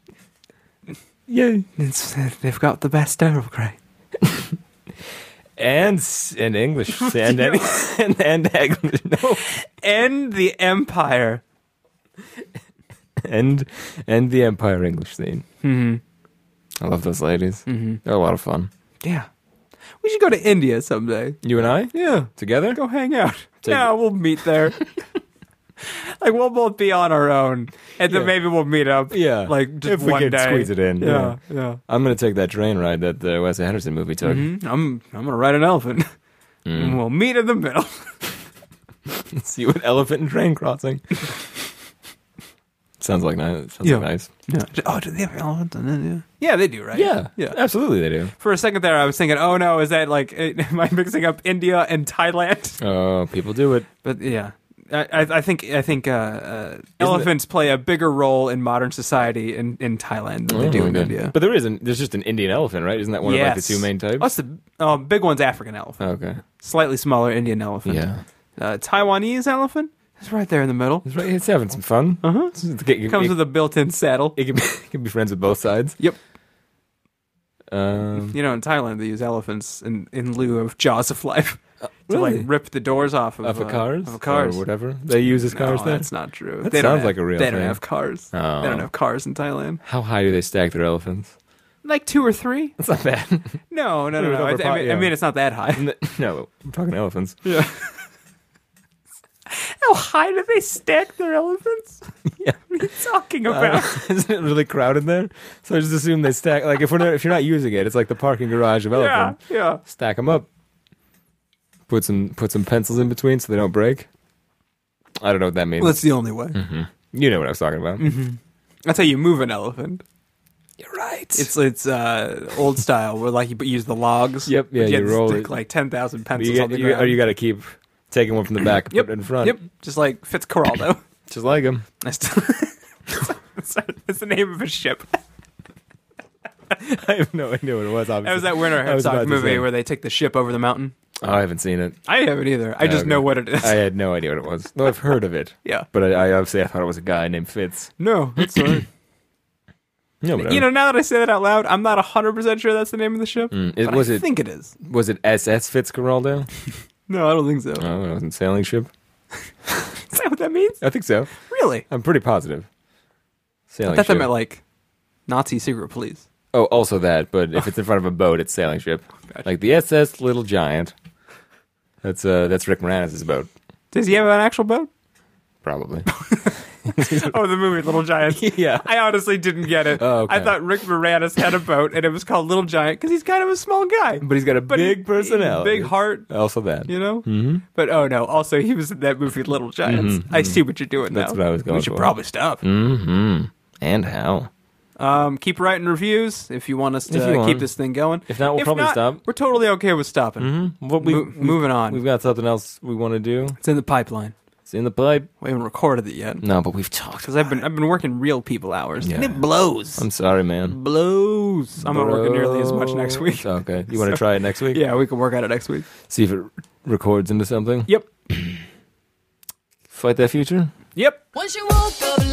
Speaker 4: Yay.
Speaker 1: It's, uh, they've got the best Earl Grey.
Speaker 2: and s- and English
Speaker 1: Oh,
Speaker 2: and and, [LAUGHS] and, and English [LAUGHS] no
Speaker 1: End the empire.
Speaker 2: and and the Empire English scene.
Speaker 1: Hmm.
Speaker 4: Mm-hmm.
Speaker 2: I love those ladies.
Speaker 1: Mm-hmm.
Speaker 2: They're a lot of fun.
Speaker 1: Yeah. We should go to India someday.
Speaker 2: You and I
Speaker 1: Yeah.
Speaker 2: together.
Speaker 1: Go hang out.
Speaker 2: Take
Speaker 1: yeah, we'll meet [LAUGHS] there. like we'll both be on our own, and then
Speaker 2: Yeah.
Speaker 1: maybe we'll meet up.
Speaker 2: Yeah,
Speaker 1: Like just
Speaker 2: if we
Speaker 1: one
Speaker 2: could
Speaker 1: day.
Speaker 2: squeeze it in. Yeah.
Speaker 1: Yeah, yeah.
Speaker 2: I'm gonna take that train ride that the Wes Anderson movie took. Mm.
Speaker 1: Mhm. I'm I'm gonna ride an elephant. [LAUGHS] And we'll meet in the middle.
Speaker 2: [LAUGHS] See what elephant and
Speaker 1: [LAUGHS]
Speaker 2: train crossing. sounds like nice. Sounds
Speaker 1: Yeah.
Speaker 2: like nice.
Speaker 1: Yeah. [LAUGHS] Oh, do they have elephants in India? Yeah, they do, right?
Speaker 2: Yeah,
Speaker 1: yeah.
Speaker 2: absolutely they do.
Speaker 1: For a second there, I was thinking, oh no, is that like [LAUGHS] am I mixing up India and Thailand?
Speaker 2: Oh, people do it.
Speaker 1: [LAUGHS] But yeah. I, I I think I think uh, uh, elephants play a bigger role in modern society in, in Thailand than they do
Speaker 2: Oh,
Speaker 1: in
Speaker 2: good.
Speaker 1: India.
Speaker 2: But there isn't. There's just an Indian elephant, right? Isn't that one of like the
Speaker 1: Yes.
Speaker 2: two main types?
Speaker 1: What's the uh, big one's African elephant, Oh.
Speaker 2: okay.
Speaker 1: slightly smaller Indian elephant.
Speaker 2: Yeah.
Speaker 1: Uh, Taiwanese elephant is right there in the middle.
Speaker 2: It's, right, it's having some fun.
Speaker 1: Uh huh.
Speaker 2: It's- It, it,
Speaker 1: Comes
Speaker 2: it,
Speaker 1: with a built-in saddle.
Speaker 2: it can, be, [LAUGHS] it can be friends with both sides.
Speaker 1: Yep.
Speaker 2: Um,
Speaker 1: You know, in Thailand they use elephants in, in lieu of jaws of life [LAUGHS] to
Speaker 2: really?
Speaker 1: like rip the doors off of,
Speaker 2: of a
Speaker 1: uh,
Speaker 2: cars,
Speaker 1: Of cars.
Speaker 2: or whatever they use as
Speaker 1: No,
Speaker 2: cars. there.
Speaker 1: that's not true.
Speaker 2: That
Speaker 1: they don't
Speaker 2: sounds
Speaker 1: have-
Speaker 2: like a real
Speaker 1: They don't
Speaker 2: thing.
Speaker 1: have cars.
Speaker 2: Oh.
Speaker 1: They don't have cars in Thailand.
Speaker 2: How high do they stack their
Speaker 1: [LAUGHS]
Speaker 2: elephants?
Speaker 1: Like two or three?
Speaker 2: That's not bad. [LAUGHS]
Speaker 1: No, no, no,
Speaker 2: Over
Speaker 1: no. I, I
Speaker 2: pot,
Speaker 1: mean,
Speaker 2: [LAUGHS] yeah.
Speaker 1: I mean, it's not that high.
Speaker 2: N- no, I'm talking elephants.
Speaker 1: Yeah. How high do they stack their elephants?
Speaker 4: [LAUGHS]
Speaker 2: Yeah.
Speaker 1: What are you talking about?
Speaker 2: [LAUGHS] Isn't it really crowded there? So I just assume they stack. Like if we're not, if you're not using it, it's like the parking garage of
Speaker 1: yeah,
Speaker 2: elephant.
Speaker 1: [LAUGHS] yeah.
Speaker 2: Stack them up. Put some put some pencils in between so they don't break. I don't know what that means.
Speaker 1: Well, Mm-hmm. that's the only way.
Speaker 2: Mm-hmm. you know what I was talking about.
Speaker 1: That's how you move an elephant.
Speaker 2: You're right.
Speaker 1: It's it's uh, old style where like you use the logs.
Speaker 2: Yep, yeah,
Speaker 1: but
Speaker 2: you
Speaker 1: have to
Speaker 2: roll
Speaker 1: stick,
Speaker 2: it.
Speaker 1: like ten thousand
Speaker 2: you,
Speaker 1: pencils on
Speaker 2: get,
Speaker 1: the
Speaker 2: you,
Speaker 1: ground.
Speaker 2: or you got to keep taking one from
Speaker 1: [CLEARS THROAT]
Speaker 2: the back,
Speaker 1: Yep,
Speaker 2: put it in front.
Speaker 1: Yep, just like
Speaker 2: [COUGHS]
Speaker 1: Fitzcarraldo.
Speaker 2: Just
Speaker 1: [LAUGHS]
Speaker 2: like him.
Speaker 1: That's that's the name of a ship.
Speaker 2: I have no idea what it was. Obviously,
Speaker 1: That was that Werner
Speaker 2: I was about
Speaker 1: Herzog
Speaker 2: to
Speaker 1: movie
Speaker 2: say.
Speaker 1: where they take the ship over the mountain.
Speaker 2: Oh, I haven't seen it.
Speaker 1: I haven't either. I just
Speaker 2: okay.
Speaker 1: know what it is.
Speaker 2: I had no idea what it was. Though I've heard of it,
Speaker 1: [LAUGHS] yeah.
Speaker 2: but I, I obviously I thought it was a guy named Fitz.
Speaker 1: No, that's all
Speaker 2: [COUGHS]
Speaker 1: right.
Speaker 2: No,
Speaker 1: you know, now that I say that out loud, I'm not 100% sure that's the name of the ship.
Speaker 2: Mm, it-
Speaker 1: but
Speaker 2: was
Speaker 1: I
Speaker 2: it-
Speaker 1: think it is.
Speaker 2: was it SS Fitzcarraldo?
Speaker 1: No, I don't think so.
Speaker 2: Oh, it wasn't sailing ship.
Speaker 1: Is that what that means?
Speaker 2: I think so.
Speaker 1: Really?
Speaker 2: I'm pretty positive.
Speaker 1: I
Speaker 2: Sailing
Speaker 1: thought that
Speaker 2: ship.
Speaker 1: meant like Nazi secret police.
Speaker 2: oh, also that. But if it's in front of a boat, it's
Speaker 1: [LAUGHS]
Speaker 2: sailing ship.
Speaker 1: Oh,
Speaker 2: Like the SS Little Giant. That's uh, that's Rick Moranis' boat,
Speaker 1: Does he have an actual
Speaker 2: [LAUGHS]
Speaker 1: boat? [LAUGHS]
Speaker 2: probably.
Speaker 1: Oh, the movie Little Giant.
Speaker 2: [LAUGHS] yeah.
Speaker 1: I honestly didn't get it.
Speaker 2: Oh, okay.
Speaker 1: I thought Rick Moranis had a boat and it was called Little Giant because he's kind of a small guy.
Speaker 2: But he's got a
Speaker 1: But he-
Speaker 2: big personality,
Speaker 1: Big heart,
Speaker 2: Also that.
Speaker 1: you know? Mm-hmm. But oh no, also he was in that movie Little Giants. I see what you're doing
Speaker 2: Mm-hmm. That's
Speaker 1: now.
Speaker 2: what I was going
Speaker 1: We should
Speaker 2: for.
Speaker 1: probably stop.
Speaker 2: Mm-hmm. And how?
Speaker 1: Um, keep writing reviews if you want us
Speaker 2: Mm-hmm. If
Speaker 1: to
Speaker 2: you want.
Speaker 1: keep this thing going.
Speaker 2: If not, hmm, we'll probably stop.
Speaker 1: We're totally okay with stopping.
Speaker 2: What
Speaker 1: Mo- moving on.
Speaker 2: We've got something else we want to do.
Speaker 1: it's in the pipeline.
Speaker 2: It's in the pipe.
Speaker 1: We haven't recorded it yet
Speaker 2: No, but we've talked.
Speaker 1: because I've been I've been working real people hours and
Speaker 2: Mm. Yeah.
Speaker 1: it blows.
Speaker 2: I'm sorry, man. Oh,
Speaker 1: blows. I'm not working nearly as much next week.
Speaker 2: Okay.
Speaker 1: [LAUGHS]
Speaker 2: You want to
Speaker 1: So-
Speaker 2: try it next week?
Speaker 1: Yeah, we can work out it next week.
Speaker 2: See if it records into something.
Speaker 1: Yep.
Speaker 2: Fight that future.
Speaker 1: Yep.
Speaker 5: Once you woke up